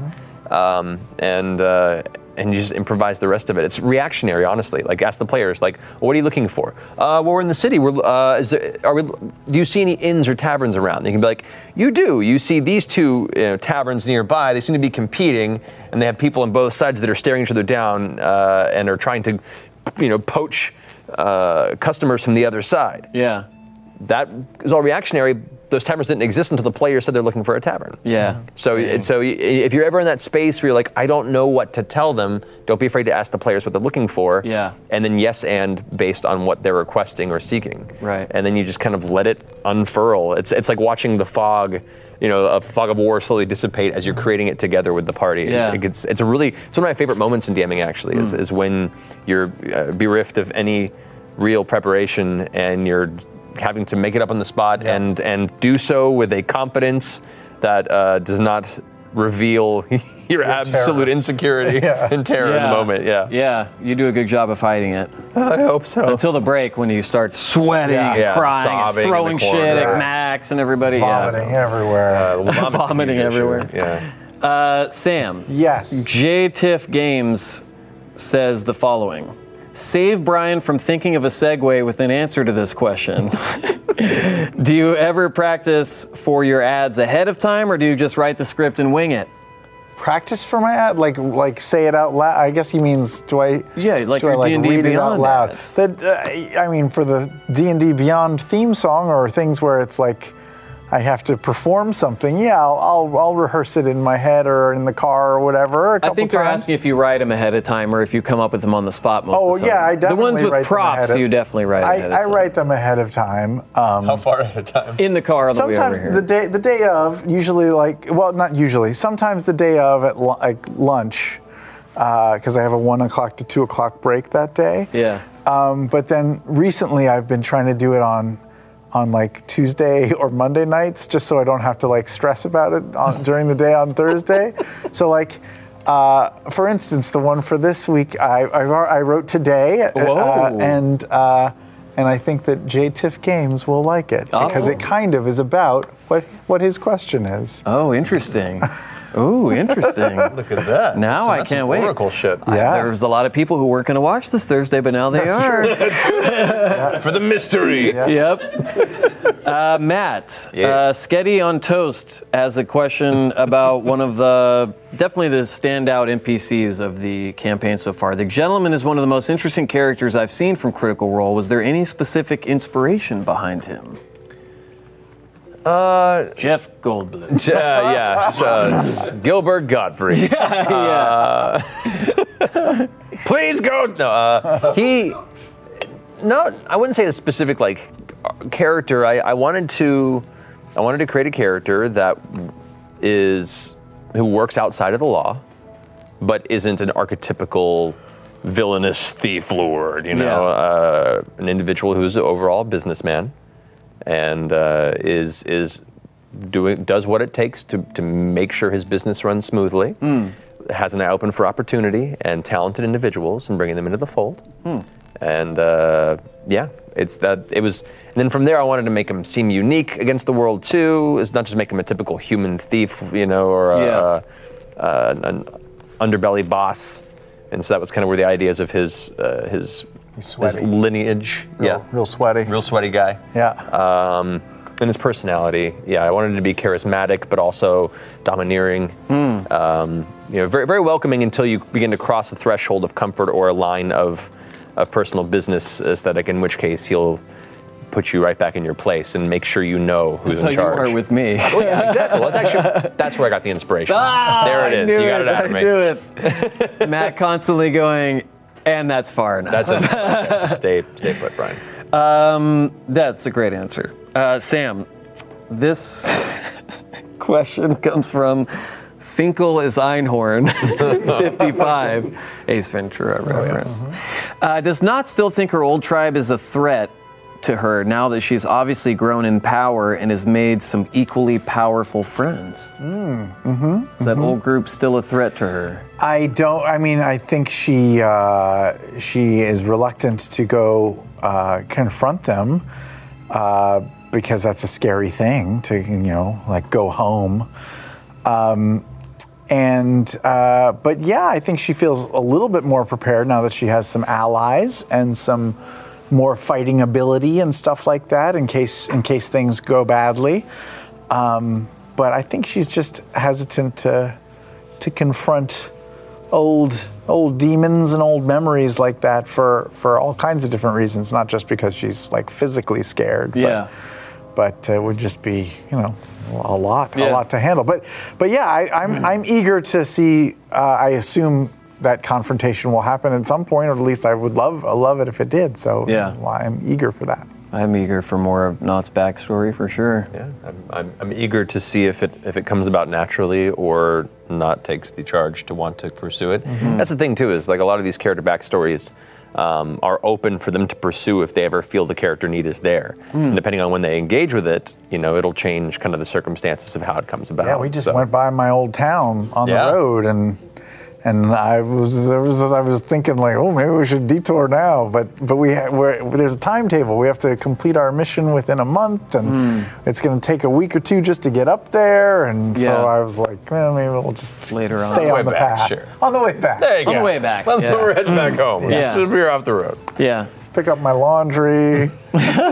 E: um, and uh, and you just improvise the rest of it. It's reactionary, honestly. Like ask the players, like, what are you looking for? Uh, well, we're in the city. We're uh, is there, are we? Do you see any inns or taverns around? And you can be like, you do. You see these two you know, taverns nearby. They seem to be competing, and they have people on both sides that are staring each other down uh, and are trying to, you know, poach uh, customers from the other side.
A: Yeah.
E: That is all reactionary. Those taverns didn't exist until the players said they're looking for a tavern.
A: Yeah.
E: So, it- so y- if you're ever in that space where you're like, I don't know what to tell them, don't be afraid to ask the players what they're looking for.
A: Yeah.
E: And then yes, and based on what they're requesting or seeking.
A: Right.
E: And then you just kind of let it unfurl. It's it's like watching the fog, you know, a fog of war slowly dissipate as you're creating it together with the party.
A: Yeah. Hmm.
E: It gets, it's a really it's one of my favorite moments in DMing actually is, is when you're uh, bereft of any real preparation and you're having to make it up on the spot and and do so with a competence that uh, does not reveal your, absolute insecurity
C: Yeah.
E: and terror in the moment. Yeah.
A: Yeah. You do a good job of hiding it.
E: I hope so.
A: Until the break when you start sweating,
C: Yeah.
A: and
E: Yeah,
A: crying, and
E: sobbing in the
A: throwing
E: corner.
A: shit at
E: Right.
A: Max and everybody. yeah.
C: Vomiting everywhere.
E: Uh, vomiting's a
A: Vomiting
E: huge issue.
A: everywhere.
E: Yeah.
A: Uh, Sam.
C: yes.
A: JTIFF Games says the following Save Brian from thinking of a segue with an answer to this question. do you ever practice for your ads ahead of time or do you just write the script and wing it?
C: Practice for my ad, like like say it out loud. I guess he means do I?
A: Yeah, like
C: do I
A: your
C: like
A: D&D
C: read it out
A: Beyond
C: loud?
A: ads.
C: That uh, I mean, for the D and D Beyond theme song or things where it's like I have to perform something. Yeah, I'll I'll, I'll rehearse it in my head or in the car or whatever. A
A: I
C: couple
A: think they're
C: times.
A: asking if you write them ahead of time or if you come up with them on the spot most
C: Oh
A: of the
C: yeah,
A: time.
C: I definitely
A: The ones with
C: write them
A: props,
C: ahead of-
A: you definitely write ahead of
C: I, I
A: time.
C: write them ahead of time. Um,
D: How far at a time?
A: in the car. on the way
C: sometimes
A: over here.
C: the day the day of, usually like well, not usually. Sometimes the day of at lu- like lunch, because I have a one o'clock to two o'clock break that day.
A: Yeah.
C: Um, but then recently, I've been trying to do it on on like Tuesday or Monday nights, just so I don't have to like stress about it on, during the day on Thursday. So like. Uh, for instance, the one for this week, I, I've, al- I wrote today, uh,
A: Whoa.
C: and uh, and I think that JTIFF Games will like it because it kind of is about what what his question is.
A: Oh, interesting. Ooh, interesting.
D: Look at that.
A: Now I
D: that's
A: can't
D: some
A: wait.
D: Oracle shit.
C: Yeah.
A: There's a lot of people who weren't going to watch this Thursday, but now they are.
D: For the mystery.
A: Yep. Uh, Matt, uh,
E: Yes.
A: Sketty on Toast has a question about one of the definitely the standout NPCs of the campaign so far. The gentleman is one of the most interesting characters I've seen from Critical Role. Was there any specific inspiration behind him? Uh, Jeff Goldblum.
E: J- uh, yeah, uh, Gilbert Godfrey. Uh, please go. No, uh, he. No, I wouldn't say a specific like character. I, I wanted to, I wanted to create a character that is who works outside of the law, but isn't an archetypical villainous thief lord. You know,
A: Yeah.
E: uh, an individual who's an overall businessman and uh, is is doing does what it takes to to make sure his business runs smoothly. Has an eye open for opportunity and talented individuals and bringing them into the fold. And uh, yeah, it's that it was. And then from there, I wanted to make him seem unique against the world too. It's not just make him a typical human thief, you know, or a, uh, an underbelly boss. And so that was kind of where the ideas of his uh, his, his
C: sweaty.
E: lineage,
C: Real,
E: yeah,
C: real sweaty.
E: real sweaty guy
C: yeah.
E: um, and his personality. Yeah, I wanted to be charismatic, but also domineering.
A: Hmm.
E: Um, you know, very very welcoming until you begin to cross a threshold of comfort or a line of of personal business aesthetic. In which case, he'll put you right back in your place and make sure you know who's
A: So
E: in
A: you
E: charge.
A: are with me.
E: oh yeah, exactly. Well, that's, actually, that's where I got the inspiration.
A: Ah,
E: there it
A: I
E: is.
A: Knew
E: you got it, out of me.
A: I knew it. Matt constantly going, and that's far enough.
E: That's it. Okay, Stay stay put, Brian.
A: That's a great answer. Uh, Sam, this question comes from Finkel is Einhorn, 55, Ace Ventura reference. Uh, does not still think her old tribe is a threat to her now that she's obviously grown in power and has made some equally powerful friends. Is that old group still a threat to her?
C: I don't. I mean, I think she uh, she is reluctant to go uh, confront them uh, because that's a scary thing to you know like go home. Um, And uh, but yeah, I think she feels a little bit more prepared now that she has some allies and some more fighting ability and stuff like that in case in case things go badly. Um, but I think she's just hesitant to to confront old old demons and old memories like that for for all kinds of different reasons, not just because she's like physically scared. but-
A: Yeah.
C: but it would just be you know a lot
A: Yeah.
C: a lot to handle but but yeah I, i'm i'm eager to see uh, i assume that confrontation will happen at some point or at least i would love I love it if it did so
A: Yeah.
C: well, i'm eager for that
A: I'm eager for more of Nott's backstory for sure.
E: Yeah, I'm, I'm, I'm eager to see if it if it comes about naturally or not takes the charge to want to pursue it. That's the thing too is like a lot of these character backstories um, are open for them to pursue if they ever feel the character need is there. And depending on when they engage with it, you know, it'll change kind of the circumstances of how it comes about.
C: yeah we just
E: So-
C: went by my old town on
E: Yeah.
C: the road and and I was, I was I was thinking like oh maybe we should detour now but but we ha- we're, there's a timetable we have to complete our mission within a month and it's going to take a week or two just to get up there and so
A: Yeah.
C: I was like well maybe we'll just
A: Later on.
C: stay
A: On the
C: on,
E: way
C: the
E: back,
C: path
E: sure.
C: on the way back
E: There you
A: On the
E: go.
A: way back,
E: Well,
A: yeah. Mm-hmm.
E: We're heading back home.
A: Yeah.
E: So we're off the road.
A: Yeah.
C: pick up my laundry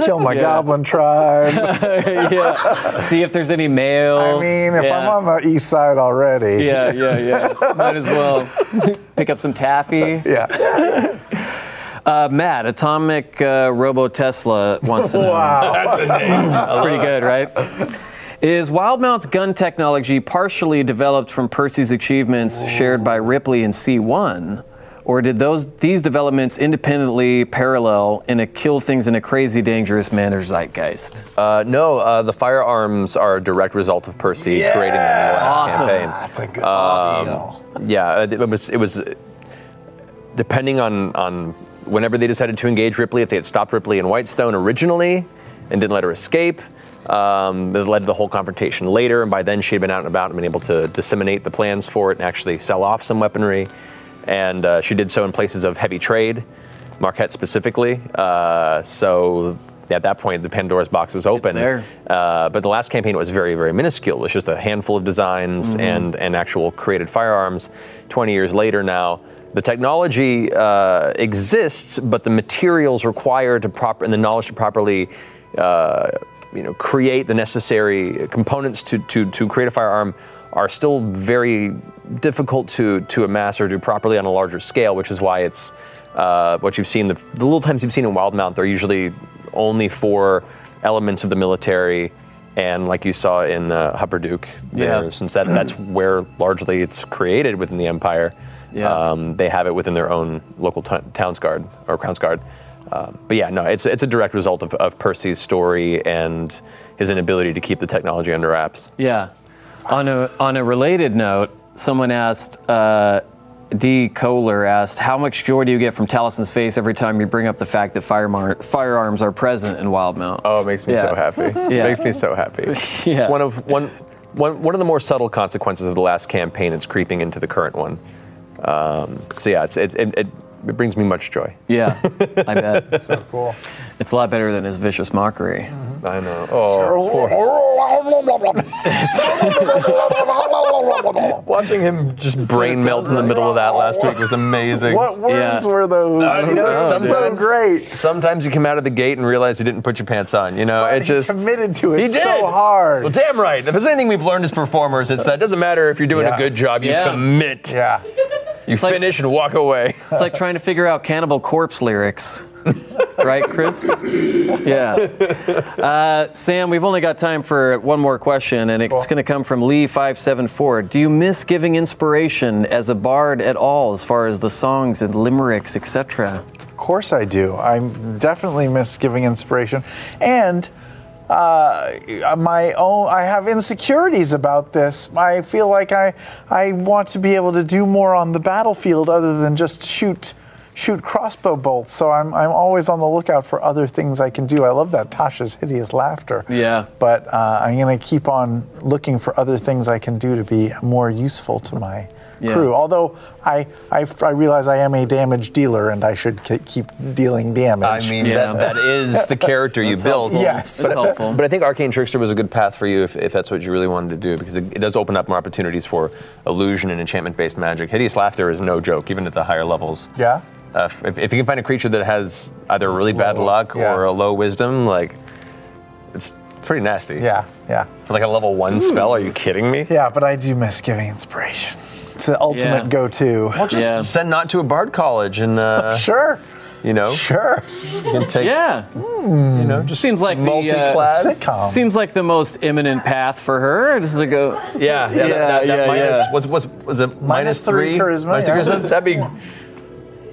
C: kill my
A: Yeah.
C: goblin tribe
A: yeah. See if there's any mail.
C: I mean if
A: yeah.
C: I'm on the east side already
A: Yeah, yeah, yeah. Might as well pick up some taffy.
C: yeah
A: Uh, Matt, Atomic uh, Robo Tesla wants to know.
C: wow
E: That's a name.
A: That's pretty good, right? Is Wildmount's gun technology partially developed from Percy's achievements shared by Ripley in C1? Or did those these developments independently parallel in a kill things in a crazy dangerous manner zeitgeist?
E: Uh, no, uh, the firearms are a direct result of Percy creating them in the last
A: Awesome.
E: campaign. Um,
C: that's a good deal.
E: Yeah, uh, it was. It was uh, depending on on whenever they decided to engage Ripley. If they had stopped Ripley in Whitestone originally and didn't let her escape, um, it led to the whole confrontation later. And by then, she had been out and about and been able to disseminate the plans for it and actually sell off some weaponry. And uh, she did so in places of heavy trade, Marquette specifically. Uh, so. At that point, the Pandora's box was open.
A: there.
E: Uh, but the last campaign was very, very minuscule. It was just a handful of designs and, and actual created firearms. 20 years later now, the technology uh, exists, but the materials required to proper and the knowledge to properly uh, you know, create the necessary components to, to, to create a firearm are still very difficult to, to amass or do properly on a larger scale, which is why it's uh, what you've seen, the, the little times you've seen in Wildmount, they're usually only for elements of the military, and like you saw in uh, Hupperduke, there,
A: Yeah.
E: since that, that's where largely it's created within the Empire.
A: Yeah.
E: Um, they have it within their own local t- town's guard or crown's guard. Um, but yeah, no, it's it's a direct result of, of Percy's story and his inability to keep the technology under wraps.
A: Yeah. On a on a related note, someone asked uh, D. Kohler asked, "How much joy do you get from Taliesin's face every time you bring up the fact that firemar- firearms are present in Wildmount?"
E: Oh, it makes me so
A: Yeah.
E: happy.
A: Yeah.
E: It makes me so happy.
A: Yeah.
E: It's one of one, one, one of the more subtle consequences of the last campaign that's creeping into the current one. Um, so yeah, it's, it, it, it, it brings me much joy.
A: Yeah, I bet
C: so cool
A: it's a lot better than his vicious mockery.
E: I know. Oh, watching him just brain melt in the middle of that last week was amazing.
C: What words
A: Yeah.
C: were those?
E: I Uh, know,
C: Those are so
E: sometimes-
C: great.
E: Sometimes you come out of the gate and realize you didn't put your pants on. You know,
C: But
E: it just
C: he committed to it
E: He did.
C: so hard.
E: Well, damn right. If there's anything we've learned as performers, it's that it doesn't matter if you're doing
C: Yeah.
E: a good job, you
A: Yeah.
E: commit.
C: yeah.
E: You
A: like-
E: finish and walk away.
A: It's like trying to figure out Cannibal Corpse lyrics, right, Chris? Yeah. Uh, Sam, we've only got time for one more question, and it's going to come from Lee five seven four. Do you miss giving inspiration as a bard at all, as far as the songs and limericks, etc.?
C: Of course I do. I definitely miss giving inspiration, and uh, my own. I have insecurities about this. I feel like I I want to be able to do more on the battlefield other than just shoot shoot crossbow bolts. So I'm I'm always on the lookout for other things I can do. I love that Tasha's hideous laughter.
A: Yeah.
C: But uh, I'm gonna keep on looking for other things I can do to be more useful to my crew. Although I, I, I realize I am a damage dealer and I should ke- keep dealing
E: I
C: damage.
E: mean,
A: Yeah.
E: that, that is the character you built.
A: helpful.
C: Yes.
A: That's helpful.
E: But I think Arcane Trickster was a good path for you if, if that's what you really wanted to do, because it, it does open up more opportunities for illusion and enchantment based magic. Hideous Laughter is no joke, even at the higher levels.
C: yeah.
E: Uh, if, if you can find a creature that has either really bad
C: Low,
E: luck
C: yeah.
E: or a low wisdom, like, it's pretty nasty.
C: Yeah. Yeah.
E: For like a level one spell, are you kidding me?
C: Yeah. But I do miss giving inspiration. It's the ultimate
A: Yeah.
C: go-to.
E: Just
A: Yeah.
E: send not to a bard college and, uh,
C: Sure.
E: you know,
C: Sure.
E: and take,
A: Yeah,
E: you know, just
A: seems like the, uh,
E: multi-class.
C: Sitcom.
A: seems like the most imminent path for her. Just uh, to go,
E: Yeah, yeah,
C: Yeah,
E: that, that, that
C: yeah,
E: minus,
C: yeah.
E: What's, what's, was it minus,
C: Minus three charisma,
E: Minus three
C: yeah.
E: charisma? That'd be.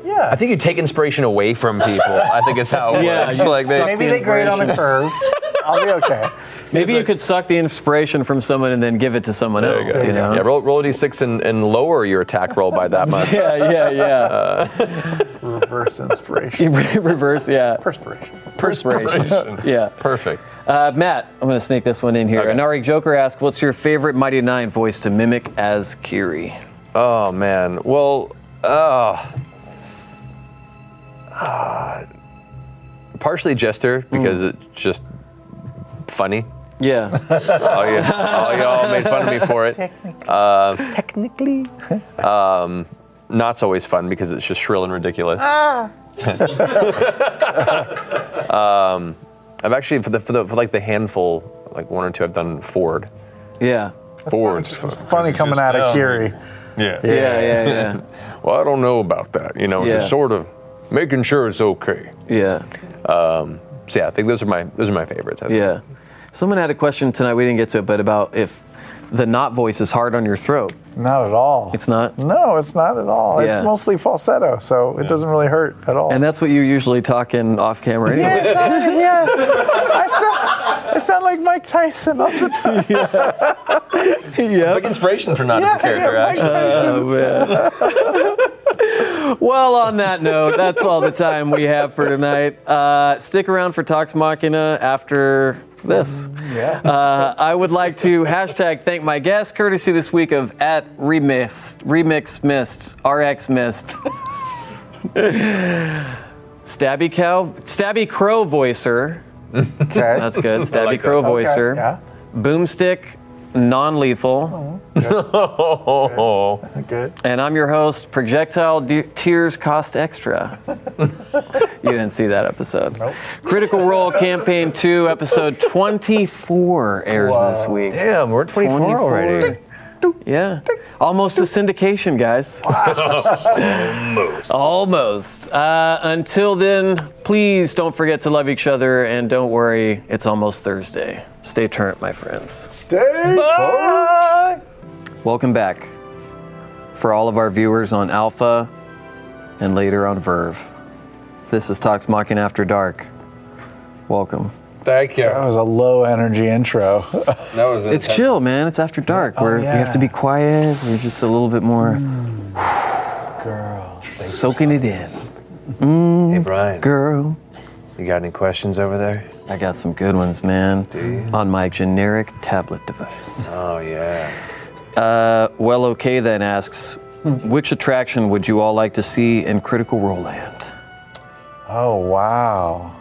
C: yeah.
E: I think you take inspiration away from people. I think is how it
A: Yeah,
E: works.
A: you
E: Like they,
A: suck.
C: Maybe they grade on a curve. I'll be okay.
A: maybe you could suck the inspiration from someone and then give it to someone
E: there you
A: else.
E: go.
A: You, know?
E: Yeah, roll, roll a d6 and, and lower your attack roll by that much.
A: yeah, yeah, yeah.
C: Reverse inspiration.
A: Reverse, yeah.
C: Perspiration.
A: Perspiration. yeah.
E: Perfect.
A: Uh, Matt, I'm going to sneak this one in here.
E: Okay.
A: Anari Joker asked, "What's your favorite Mighty Nine voice to mimic as Kiri?"
E: Oh man. Well, uh, ah, partially jester
A: Hmm.
E: because it's just funny.
A: Yeah.
E: All you, all you all made fun of me for it.
C: Technically.
E: technically. um, not's always fun because it's just shrill and ridiculous. Um, I've actually for the, for the for like the handful, like one or two, I've done Ford.
A: Yeah.
E: Ford.
C: It's funny coming out of Kiri.
E: Yeah.
A: Yeah, yeah, yeah.
E: Well, I don't know about that. You know,
A: Yeah.
E: just sort of making sure it's okay.
A: Yeah.
E: So yeah, I think those are my those are my favorites. I think.
A: Yeah. Someone had a question tonight we didn't get to it, but about if the not voice is hard on your throat.
C: Not at all.
A: It's not.
C: No, it's not at all. It's
A: Yeah.
C: mostly falsetto, so it doesn't really hurt at all.
A: And that's what you usually talk in off camera anyway.
C: yes, I, yes. I sound, I sound like Mike Tyson all the time.
E: Big inspiration for not as
C: Yeah,
E: a character.
C: yeah, Mike
E: actually.
A: Uh,
C: Tyson.
A: Oh, well, on that note, that's all the time we have for tonight. Uh, stick around for Talks Machina after this.
C: yeah.
A: Uh, I would like to hashtag thank my guest, courtesy this week of at remix, remix missed, rx missed. Stabby cow, stabby crow voicer.
C: okay.
A: That's good. Stabby
E: like that.
A: crow
C: Okay,
A: voicer.
C: Yeah.
A: Boomstick, non-lethal,
E: Oh,
C: Good.
A: and I'm your host. Projectile de- tears cost extra. you didn't see that episode.
C: Nope.
A: Critical Role Campaign Two, Episode 24 airs this
C: Wow.
A: week.
E: damn, we're 24, already.
A: Yeah. Almost a syndication, guys. Almost. Almost. Uh, until then, please don't forget to love each other and don't worry, it's almost Thursday. Stay current, my friends.
C: Stay tuned.
A: Welcome back for all of our viewers on Alpha and later on Verve. This is Talks Mocking After Dark. Welcome.
E: Thank you.
C: That was a low energy intro.
E: That was
A: It's chill, man. It's after dark. We're, We have to
C: yeah.
A: be quiet. We're just a little bit more
C: Girl.
A: soaking it in.
E: Hey Brian,
A: Girl.
E: you got any questions over there?
A: I got some good ones, man.
E: you?
A: On my generic tablet device.
E: Oh yeah.
A: Uh, well, okay then asks, which attraction would you all like to see in Critical Role Land?
C: Oh wow.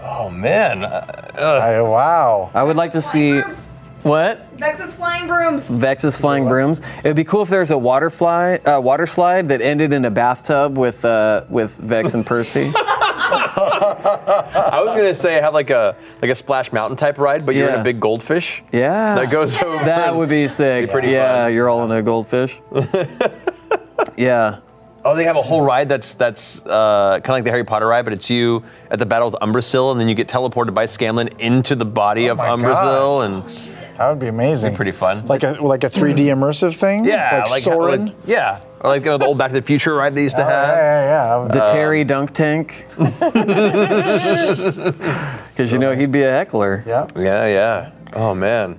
E: Oh man. Uh,
C: I, wow.
A: I would like to see
B: Brooms.
A: what
B: Vex's flying brooms.
A: Vex's flying brooms. It'd be cool if there's a water fly, uh, water slide that ended in a bathtub with uh, with Vex and Percy.
E: I was gonna say have like a like a splash mountain type ride, but you're in
A: Yeah.
E: a big goldfish.
A: Yeah,
E: That goes over.
A: That would be sick.
E: pretty
A: yeah,
E: fun.
A: you're all in a goldfish. yeah.
E: Oh, they have a whole ride that's that's uh, kind of like the Harry Potter ride, but it's you at the Battle of Umbrasil, and then you get teleported by Scanlan into the body of
C: Oh my
E: Umbrasil, and
C: That would be amazing.
E: pretty fun.
C: Like a like a 3D immersive thing.
E: yeah,
C: Like, Soren.
E: like- uh, yeah, or like you know, the old Back to the Future ride they used to
C: Oh, yeah,
E: have.
C: yeah, yeah.
E: Um,
A: The Terry Dunk Tank. Because you know he'd be a heckler.
C: yeah.
E: Yeah, yeah. Oh man.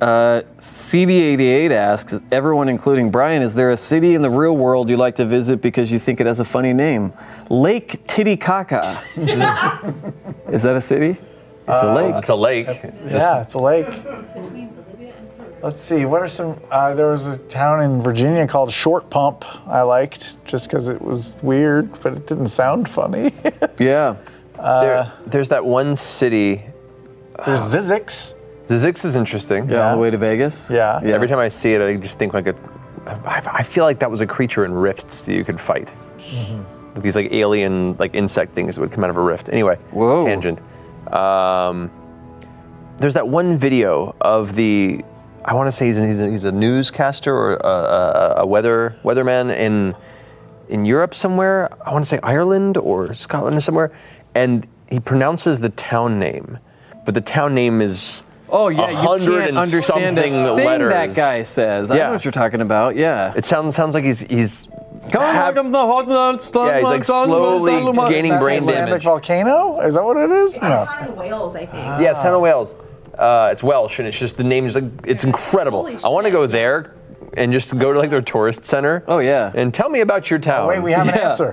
A: CD88 asks everyone, including Brian, is there a city in the real world you like to visit because you think it has a funny name? Lake Titicaca.
E: Uh,
A: is that a city? It's a lake.
E: It's a lake.
C: Yeah, it's a lake. Let's see. What are some? Uh, there was a town in Virginia called Short Pump. I liked just because it was weird, but it didn't sound funny.
A: Yeah. Uh,
E: There- there's that one city.
C: There's Zizix.
E: Zizix is interesting.
A: All the way to Vegas?
C: Yeah.
A: Yeah.
E: Every time I see it, I just think like a. I I feel like that was a creature in rifts that you could fight.
A: Mm-hmm.
E: Like These like alien like insect things that would come out of a rift. Anyway,
A: Whoa.
E: tangent. Um, there's that one video of the. I want to say he's, an, he's, a, he's a newscaster or a, a, a weather weatherman in in Europe somewhere. I want to say Ireland or Scotland or somewhere, and he pronounces the town name, but the town name is
A: Oh yeah, you
E: 100
A: can't
E: and
A: understand a
E: something
A: thing that
E: letters.
A: guy says. I
E: Yeah.
A: know what you're talking about. Yeah.
E: It sounds sounds like he's he's
A: Come on,
E: hab-
A: welcome to Hotland,
E: Yeah, he's, like, slowly
A: Hotland.
E: gaining
C: That
E: brain
C: Icelandic
E: damage.
C: volcano? Is that what it is?
B: It's
C: No.
B: found in Wales, I think.
E: yeah, it's Town
A: Ah.
E: of Wales. Uh, it's Welsh, and it's just the name is like it's incredible.
B: Holy
E: I want to
B: shit.
E: go there and just go to like their tourist center.
A: Oh, yeah.
E: and tell me about your town.
C: Wait, we have an
A: Yeah.
C: answer.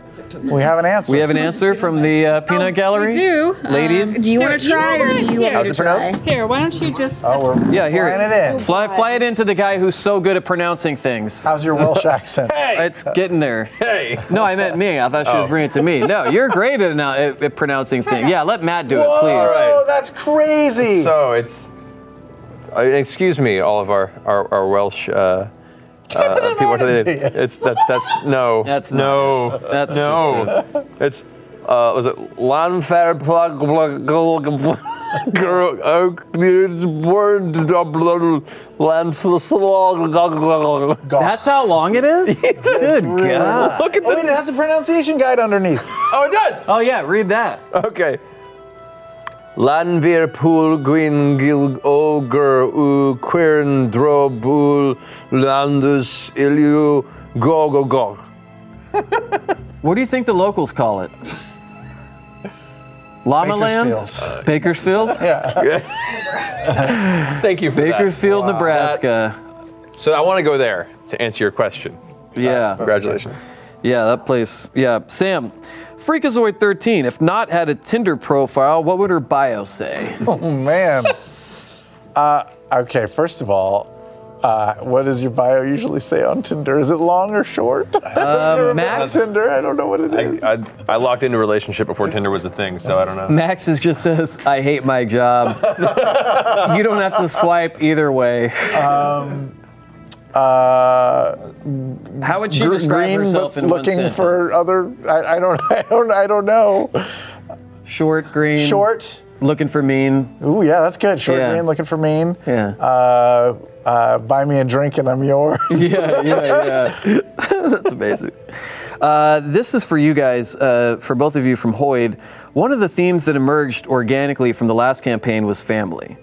C: We have an answer.
A: We have an answer from the uh, Peanut Gallery.
G: Oh, We do. Uh,
A: Ladies?
G: do you
A: Here,
G: want to
A: you
G: try
A: know
G: or do you want me
E: How's
G: to
E: it pronounced?
G: try?
H: Here, why don't you just?
C: Oh, we're
A: Yeah, here.
C: flying it in.
A: Fly, fly it into the guy who's so good at pronouncing things.
C: How's your Welsh accent?
A: It's getting there.
E: Hey,
A: No, I meant me. I thought she
C: Oh.
A: was bringing it to me. No, you're great at, annou- at, at pronouncing things. Yeah, let Matt do it,
C: Whoa,
A: please.
E: right.
C: Oh, that's crazy.
E: so it's uh, excuse me, all of our our, our Welsh. Uh, uh, people, what do
C: on
E: they-
C: into you.
E: it's that's that's no
A: That's not
E: no
A: That's
E: no it's uh, was it Lanfair plug plug plug plug
C: Golf.
A: That's how long it is? Good
C: really
A: God.
E: Look at
C: oh, wait, it
E: the
C: has a pronunciation guide underneath.
E: Oh it does!
A: Oh, yeah, read that.
E: Okay. Lanvir pool gwyn gil ogre u quirn drobul landus ilu gogogog.
A: What do you think the locals call it? Llama
C: Uh,
A: Land? Bakersfield?
E: Thank you for
A: Bakersfield, Nebraska.
E: that. So I want to go there to answer your question.
A: yeah.
E: Congratulations.
A: Yeah, that place. Yeah, Sam. Freakazoid13, if not had a Tinder profile, what would her bio say?
C: Oh, man. Uh, okay, first of all, uh, what does your bio usually say on Tinder? Is it long or short? Uh,
A: Um, Max?
C: Tinder, I don't know what it is.
E: I, I locked into a relationship before Tinder was a thing, so I don't know.
A: Max is just says, I hate my job. you don't have to swipe either way.
C: uh,
A: How would she
C: gr-
A: describe
C: green,
A: herself
C: but
A: in one
C: looking
A: sentence?
C: for other. I, I don't. I don't. I don't know.
A: Short, green.
C: Short.
A: Looking for mean.
C: Ooh, yeah, that's good. Short
A: Yeah.
C: green, looking for mean.
A: Yeah.
C: Uh, uh, buy me a drink and I'm yours.
A: yeah, yeah, yeah. That's amazing. Uh, this is for you guys, uh, for both of you from Hoyd. One of the themes that emerged organically from the last campaign was family.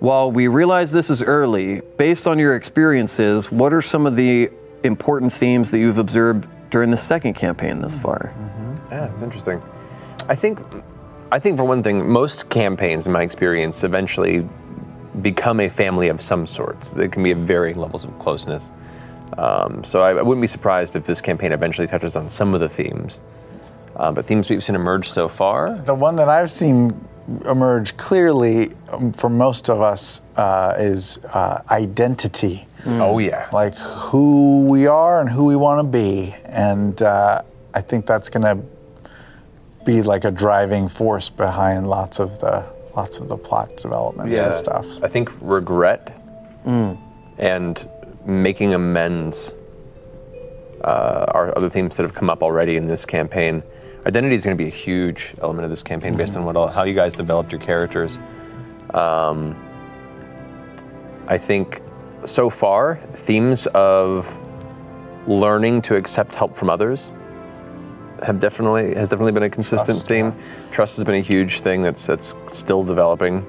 A: While we realize this is early, based on your experiences, what are some of the important themes that you've observed during the second campaign thus far?
E: Yeah, it's interesting. I think, I think for one thing, most campaigns, in my experience, eventually become a family of some sort. There can be varying levels of closeness. Um, so I, I wouldn't be surprised if this campaign eventually touches on some of the themes. Uh, but themes we've seen emerge so far.
C: the one that I've seen emerge clearly um, for most of us uh, is uh, identity.
E: Oh yeah.
C: like who we are and who we want to be. And uh, I think that's going to be like a driving force behind lots of the lots of the plot development and stuff. Mm.
E: I think regret and making amends uh, are other themes that have come up already in this campaign. Identity is going to be a huge element of this campaign
C: Mm-hmm.
E: based on what all, how you guys developed your characters. Um, I think so far, themes of learning to accept help from others have definitely has definitely been a consistent
C: Trust,
E: theme. Trust has been a huge thing that's that's still developing.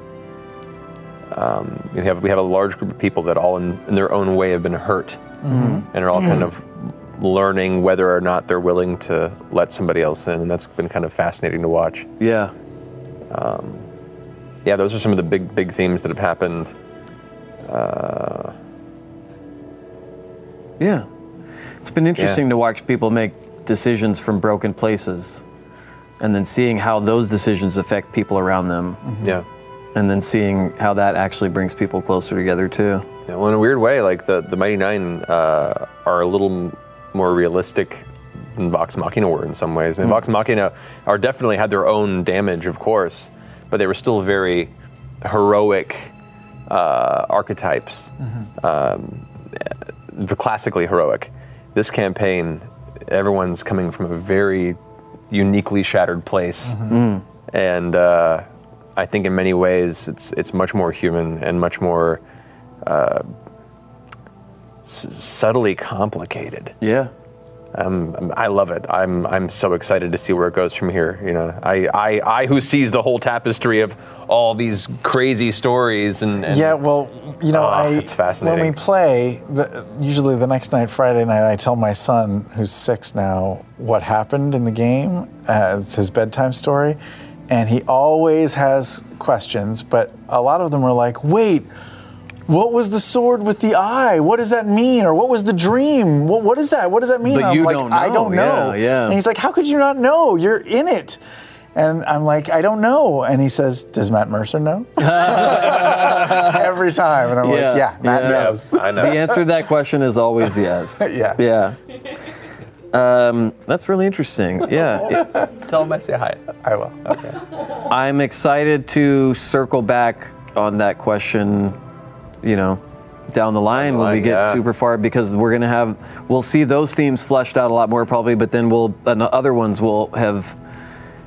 E: Um, we have we have a large group of people that all in, in their own way have been hurt and are all kind of learning whether or not they're willing to let somebody else in, and that's been kind of fascinating to watch.
A: Yeah.
E: Yeah, those are some of the big big themes that have happened.
A: Yeah. It's been interesting to watch people make decisions from broken places and then seeing how those decisions affect people around them.
E: Yeah.
A: and then seeing how that actually brings people closer together too.
E: Yeah, well, in a weird way, like the, the Mighty Nine uh, are a little m- more realistic than Vox Machina were in some ways. I mean, Vox Machina are definitely had their own damage, of course, but they were still very heroic uh, archetypes, um, eh, classically heroic. This campaign, everyone's coming from a very uniquely shattered place, and uh, I think in many ways it's it's much more human and much more subtly complicated.
A: Yeah.
E: Um, I love it. I'm I'm so excited to see where it goes from here. You know, I I, I who sees the whole tapestry of all these crazy stories and, and
C: Yeah, well, you know,
E: Ah,
C: I
E: that's fascinating.
C: when we play, the, usually the next night, Friday night, I tell my son, who's six now, what happened in the game. Uh, it's his bedtime story, and he always has questions, but a lot of them are like, "Wait, what was the sword with the eye? What does that mean? Or what was the dream? What what is that? What does that mean?"
A: But
C: I'm
A: you
C: like,
A: don't
C: "I
A: know."
C: don't know."
A: Yeah, yeah.
C: And he's like, "How could you not know? You're in it." And I'm like, "I don't know." And he says, "Does Matt Mercer know?" every time, and I'm
A: Yeah,
C: like, yeah, Matt
A: yeah.
C: knows.
E: I know.
A: The answer to that question is always yes.
C: Yeah.
A: Yeah. Um, that's really interesting. Yeah.
E: Tell him I say hi.
C: I will.
A: I'm excited to circle back on that question, you know, down the line when we
E: line,
A: get
E: yeah.
A: super far because we're gonna have we'll see those themes fleshed out a lot more probably, but then we'll and other ones will have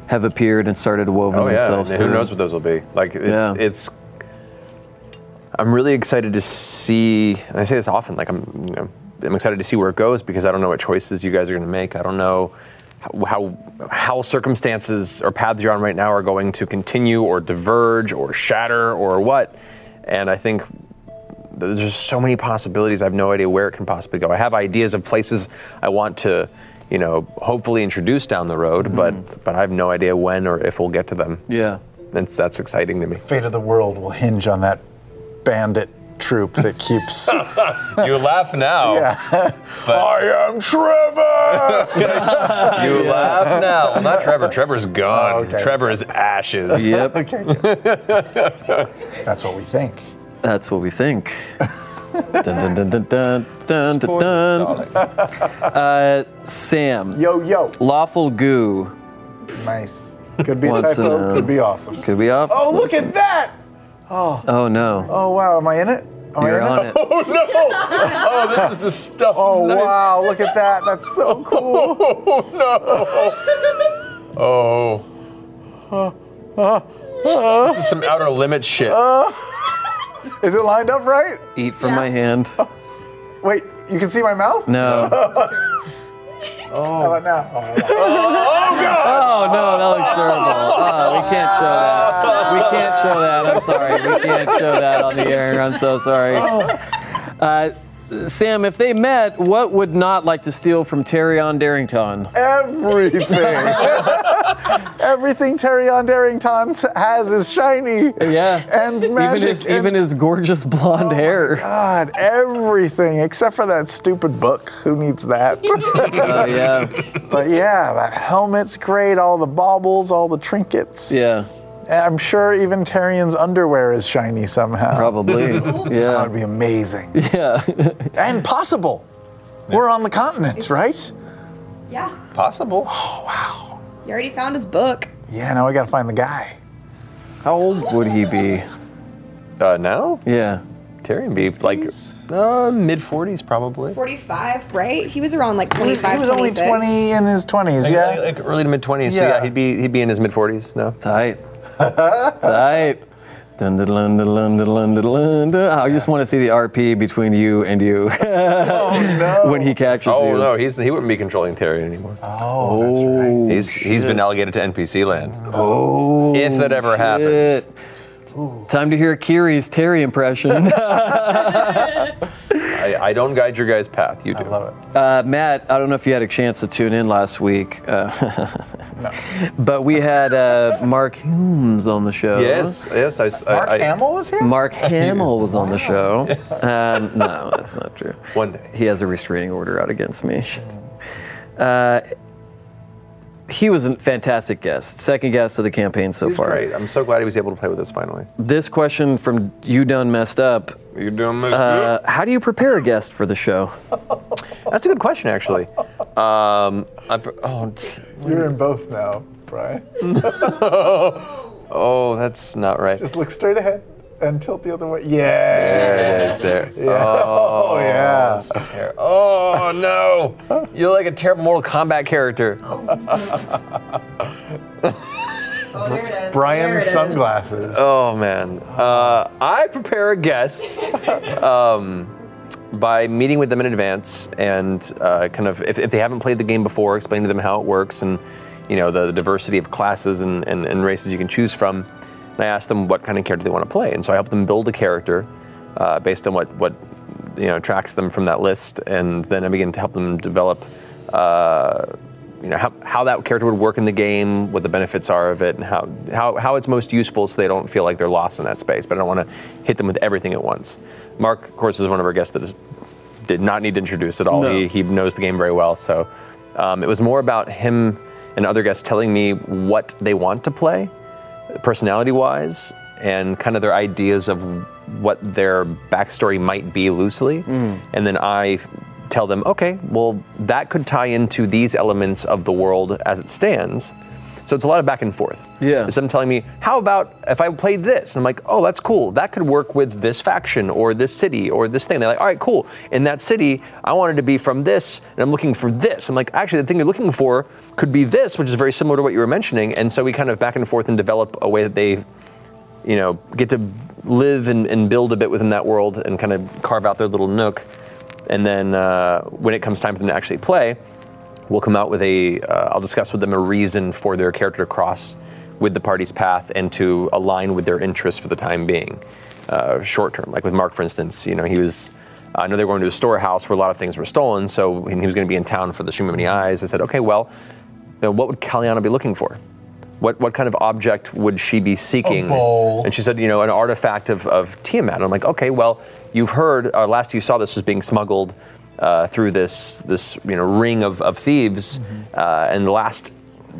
A: have appeared and started woven
E: Oh yeah, and
A: themselves.
E: who
A: through.
E: knows what those will be? Like it's
A: Yeah.
E: it's. I'm really excited to see. And I say this often. Like I'm, you know, I'm excited to see where it goes because I don't know what choices you guys are going to make. I don't know how, how how circumstances or paths you're on right now are going to continue or diverge or shatter or what. And I think there's just so many possibilities. I have no idea where it can possibly go. I have ideas of places I want to, you know, hopefully introduce down the road,
A: Mm-hmm.
E: but but I have no idea when or if we'll get to them.
A: Yeah.
E: That's that's exciting to me.
C: Fate of the world will hinge on that bandit troop that keeps.
E: You laugh now.
C: I am Trevor.
E: You laugh now. Well, not Trevor. Trevor's gone.
C: Oh, okay.
E: Trevor is ashes.
A: Yep.
C: okay. Good. That's what we think.
A: That's what we think. dun, dun, dun, dun, dun, dun, dun, dun. Uh, Sam,
C: Yo yo.
A: lawful goo.
C: Nice. Could be a
A: What's
C: typo.
A: in,
C: Could be awesome.
A: Could we off?
C: Oh look at that!
A: Oh no,
C: Oh wow, am I in it? Am
A: you're
C: I in
A: on it.
E: Oh no! Oh, this is the stuff.
C: Oh
E: Nice.
C: wow, look at that. That's so cool.
E: Oh no! Oh. This is some outer limit shit.
C: Is it lined up right?
A: Eat from my hand.
C: Wait, you can see my mouth?
A: No.
C: How about now? Oh,
A: Oh no, that looks terrible. Oh, we can't show that. We can't show that. I'm sorry. We can't show that on the air. I'm so sorry.
C: Oh.
A: Uh, Sam, if they met, what would not like to steal from Terrion Darrington?
C: everything. Everything Terrion Darrington has is shiny.
A: Yeah.
C: and magic.
A: Even his,
C: and- Oh
A: even his gorgeous blonde hair.
C: God, everything except for that stupid book. Who needs that?
A: Oh yeah,
C: but yeah, that helmet's great. All the baubles, all the trinkets.
A: yeah,
C: And I'm sure even Terrian's underwear is shiny somehow.
A: probably.
C: That
A: Yeah,
C: would be amazing
A: yeah.
C: and possible. We're on the continent, right?
B: Yeah.
E: Possible.
B: You already found his book.
C: Yeah. Now we gotta find the guy.
A: How old would he be?
E: Uh, now?
A: Yeah.
E: Terry would be like uh, mid 40s probably.
B: 45, right? He was around like
C: He was,
B: 25,
C: he was only
B: 26.
C: 20 in his 20s.
E: Yeah,
C: Yeah.
E: like, like early to mid 20s. So
C: Yeah.
E: yeah, he'd be he'd be in his mid 40s now.
A: Tight. Tight. Dun, dun, dun, dun, dun, dun, dun, dun, dun, dun. I just want to see the RP between you and you when he catches
E: Oh
A: you.
E: no, he's he wouldn't be controlling Terry anymore.
C: Oh, that's right.
E: he's he's been allocated to NPC land. Oh, if that ever happens.
A: Shit. Time to hear Kiri's Terry impression.
E: I, I don't guide your guys' path. You do.
C: I love it.
A: Uh, Matt, I don't know if you had a chance to tune in last week, uh, but we had uh, Mark Humes on the show.
E: Yes, yes. I, s- I-
C: Mark
E: I-
C: Hamill was here?
A: Mark Hamill was on the show. Um, no, that's not true.
E: One day.
A: He has a restraining order out against me. Uh, he was a fantastic guest, second guest of the campaign so
E: He's
A: far.
E: great. I'm so glad he was able to play with us finally.
A: This question from you done messed up.
E: You're doing most
A: Uh, how do you prepare a guest for the show?
E: That's a good question, actually. Um, I, pr- oh, t-
C: You're in both now, Brian.
E: oh, that's not right.
C: Just look straight ahead and tilt the other way. Yeah.
E: There it is there.
C: Oh, yeah.
E: Oh no! You're like a terrible Mortal Kombat character.
B: Oh, there it is. There it
C: Brian's
B: is.
C: sunglasses.
E: Oh man. Uh, I prepare a guest um, by meeting with them in advance and uh, kind of, if, if they haven't played the game before, explain to them how it works and you know the, the diversity of classes and, and, and races you can choose from. And I ask them what kind of character they want to play, and so I help them build a character uh, based on what what you know tracks them from that list, and then I begin to help them develop. Uh, you know how, how that character would work in the game, what the benefits are of it, and how, how how it's most useful, so they don't feel like they're lost in that space. But I don't want to hit them with everything at once. Mark, of course, is one of our guests that is, did not need to introduce at all.
A: No.
E: He he knows the game very well. So um, it was more about him and other guests telling me what they want to play, personality-wise, and kind of their ideas of what their backstory might be loosely, and then I tell them, okay, well, that could tie into these elements of the world as it stands. So it's a lot of back and forth.
A: Yeah.
E: It's them telling me, how about if I played this? And I'm like, oh, that's cool. That could work with this faction or this city or this thing. They're like, all right, cool. In that city, I wanted to be from this, and I'm looking for this. I'm like, actually, the thing you're looking for could be this, which is very similar to what you were mentioning. And so we kind of back and forth and develop a way that they you know, get to live and, and build a bit within that world and kind of carve out their little nook. And then uh, when it comes time for them to actually play, we'll come out with a, uh, I'll discuss with them a reason for their character to cross with the party's path and to align with their interests for the time being, uh, short term. Like with Mark, for instance, you know, he was, I know they were going to a storehouse where a lot of things were stolen, so and he was going to be in town for the Shroom of Many Eyes. I said, okay, well, you know, what would Kaliana be looking for? What, what kind of object would she be seeking?
C: bowl.
E: And she said, you know, an artifact of, of Tiamat. And I'm like, okay, well, you've heard, uh, last you saw this was being smuggled uh, through this, this you know, ring of, of thieves. Uh, and the last,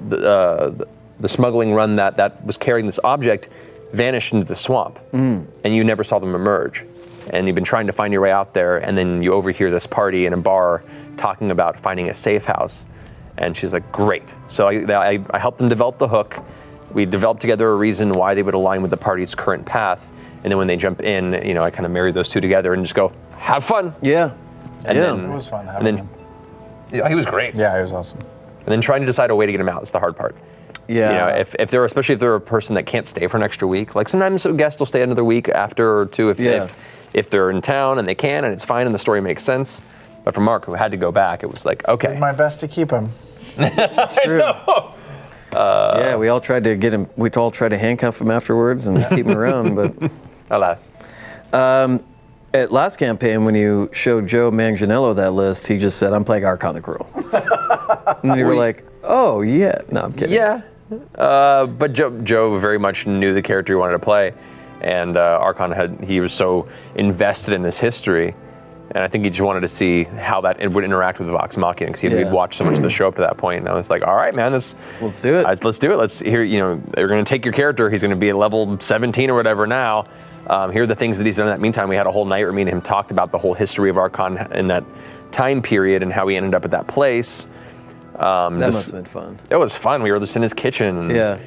E: the, uh, the smuggling run that, that was carrying this object vanished into the swamp. And you never saw them emerge. And you've been trying to find your way out there. And then you overhear this party in a bar talking about finding a safe house. And she's like, great. So I, I, I helped them develop the hook. We developed together a reason why they would align with the party's current path. And then when they jump in, you know, I kind of marry those two together and just go, have fun.
A: Yeah.
E: And
A: yeah.
E: then-
C: It was fun having
E: And then,
C: him.
E: yeah, he was great.
C: Yeah, it was awesome.
E: And then trying to decide a way to get him out is the hard part.
A: yeah.
E: You know, if, if they're, especially if they're a person that can't stay for an extra week, like sometimes a guest will stay another week after or two if,
A: Yeah.
E: if, if they're in town and they can and it's fine and the story makes sense. But for Mark, who had to go back, it was like, okay.
C: Did my best to keep him.
A: True.
E: uh,
A: yeah, we all tried to get him. We all tried to handcuff him afterwards and keep him around. But
E: Alas.
A: at last campaign, when you showed Joe Manganiello that list, he just said, "I'm playing Arconic Rule," and then you were like, "Oh yeah, no, I'm kidding."
E: Yeah, uh, but Joe, Joe very much knew the character he wanted to play, and uh, Archon had he was so invested in this history, and I think he just wanted to see how that it would interact with Vox Machina because he'd
A: Yeah.
E: we'd watched so much of the show up to that point, and I was like, all right, man, this
A: Let's do it.
E: I- let's do it. Let's here. You know, they're going to take your character. He's going to be at level 17 or whatever now. Um, here are the things that he's done in that meantime. We had a whole night where me and him talked about the whole history of Archon in that time period and how he ended up at that place. Um,
A: that
E: this-
A: must have been fun.
E: it was fun. We were just in his kitchen. And,
A: Yeah.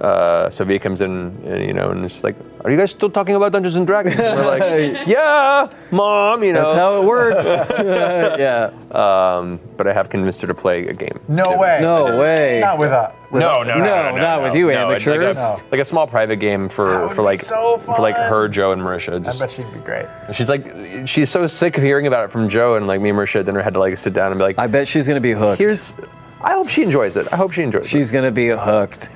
E: Uh, Sophia comes in, and, you know, and it's like, "Are you guys still talking about Dungeons and Dragons?" And we're like, "Yeah, mom," you know.
A: That's how it works. yeah.
E: but I have convinced her to play a game.
C: No way.
A: No way.
C: Not with us. With
E: No,
C: us.
E: no,
A: No,
E: no, no, no,
A: not
E: no,
A: with you,
E: no, it's like a-
A: amateurs.
E: Like a, small private game
C: That
E: for
C: would be
E: for like
C: so
E: for like her,
C: fun.
E: Joe, and Marisha.
C: I
E: Just,
C: bet she'd be great.
E: she's like, she's so sick of hearing about it from Joe, and like me and Marisha then had to like sit down and be like,
A: I bet she's gonna be hooked.
E: "Here's." I hope she enjoys it. I hope she enjoys it.
A: she's gonna be hooked.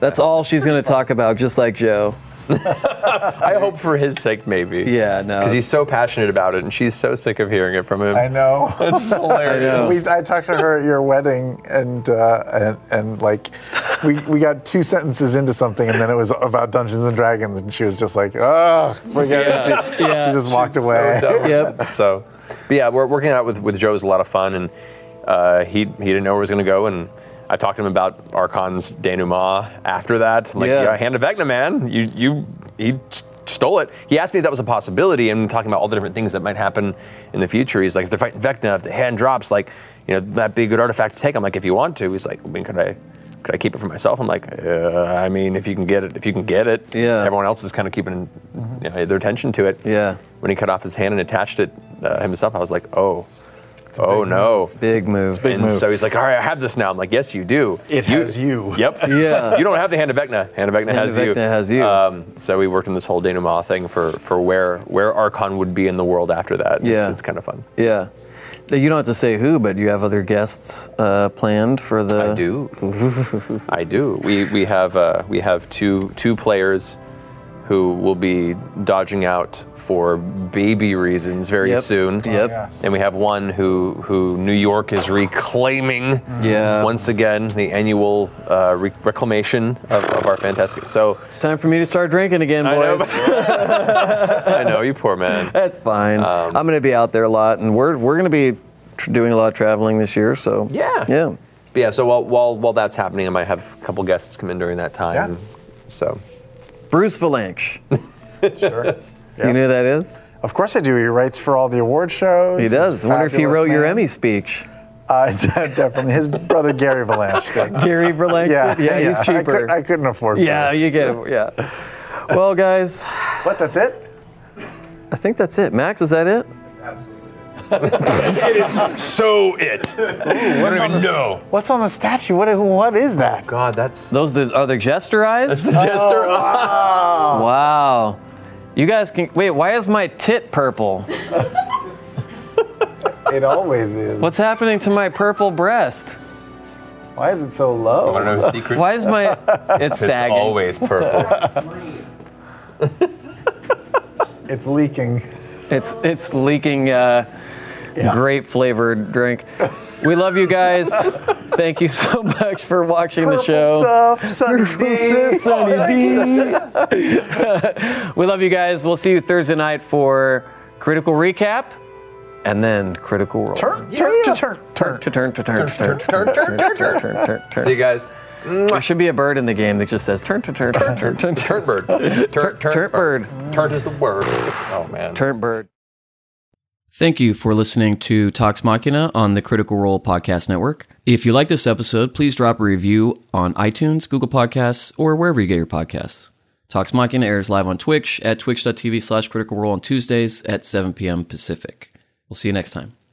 A: That's all she's gonna talk about, just like Joe.
E: I hope for his sake, maybe.
A: Yeah, no.
E: Because he's so passionate about it, and she's so sick of hearing it from him.
C: I know.
E: It's hilarious.
A: I know.
C: We, I talked to her at your wedding, and uh, and and like, we, we got two sentences into something, and then it was about Dungeons and Dragons, and she was just like,
G: "Ah,
C: "Oh, we're getting."
A: Yeah.
C: She,
A: Yeah.
C: she just walked away.
E: So dumb.
A: Yep.
E: So, but yeah, we're working out with with Joe is a lot of fun, and uh, he he didn't know where it was going to go, and I talked to him about Archon's denouement after that. Like,
A: Yeah.
E: yeah, hand it back to man. You, you, he s- stole it. He asked me if that was a possibility, and talking about all the different things that might happen in the future. He's like, if they're fighting Vecna, if the hand drops, like, you know, that'd be a good artifact to take. I'm like, if you want to. He's like, I mean, could I, could I keep it for myself? I'm like, uh, I mean, if you can get it, if you can get it.
A: Yeah.
E: Everyone else is kind of keeping you know, their attention to it.
A: Yeah.
E: When he cut off his hand and attached it uh, himself, I was like, oh, oh no.
A: Big move.
E: And so he's like, all right, I have this now. I'm like, yes, you do.
G: It has you.
E: Yep.
A: Yeah.
E: You don't have the Hand of Vecna. Hand of Vecna
A: Hand
E: has
A: of
E: you.
A: Vecna has you.
E: Um, so we worked on this whole denouement thing for, for where where Archon would be in the world after that. It's-
A: Yeah.
E: It's, kind of fun.
A: Yeah. Now, You don't have to say who, but you have other guests uh, planned for the.
E: I do. I do. We we have uh, we have two two players who will be dodging out for baby reasons very
A: Yep. Oh,
E: soon.
A: Yep.
C: Yes.
E: And we have one who who New York is reclaiming.
A: Mm. Yeah.
E: Once again, the annual uh, rec- reclamation of, of our fantastic. So
A: It's time for me to start drinking again,
E: I know,
A: boys.
E: I know you poor man.
A: That's fine.
G: Um,
A: I'm going to be out there a lot, and we're we're going to be tr- doing a lot of traveling this year. So
E: Yeah.
A: yeah.
E: But yeah. So while while while that's happening, I might have a couple guests come in during that time. So
A: Bruce Valanche.
G: Sure.
A: You know who that is?
G: Of course I do. He writes for all the award shows.
A: He
G: He's
A: does. I wonder if he
G: fabulous
A: wrote your
G: man.
A: Emmy speech.
G: Uh, definitely. His brother Gary Valanche did.
A: Gary Valanche.
G: Yeah,
A: did? yeah, he's
G: I, could,
A: cheaper.
G: I couldn't afford.
A: yeah,
G: Bruce.
A: you get it. Yeah. Well, guys,
G: What? That's it?
A: I think that's it. Max, is that it?
E: so it.
G: What's on the,
E: No.
G: What's on the statue? What? What is that?
A: Oh,
E: God, that's
A: Those the are the jester eyes.
E: Jester.
A: Wow. You guys can wait. Why is my tit purple?
G: It always is.
A: What's happening to my purple breast?
G: Why is it so low?
E: I don't know secret.
A: Why is my it's
E: It's
A: sagging?
E: always purple.
G: It's leaking.
A: It's it's leaking uh, grape flavored drink. We love you guys. Thank you so much for watching the
G: Purple
A: show.
G: stuff. Sunny D.
A: we love you guys. We'll see you Thursday night for critical recap and then critical role.
G: Turn, turn, to turn, turn.
A: to turn to turn to turn to turn to turn to turn to turn to
E: See you
A: turn.
E: guys.
A: There should be a bird in the game that just says turn to turn turn turn turn turn
E: Turnt bird. Turnt,
A: turn
E: turnt
A: bird.
E: Turnt is the word. Oh man.
A: Turn bird. Thank you for listening to Talks Machina on the Critical Role Podcast Network. If you like this episode, please drop a review on iTunes, Google Podcasts, or wherever you get your podcasts. Talks Machina airs live on Twitch at twitch.tv slash critical role on Tuesdays at 7 p.m. Pacific. We'll see you next time.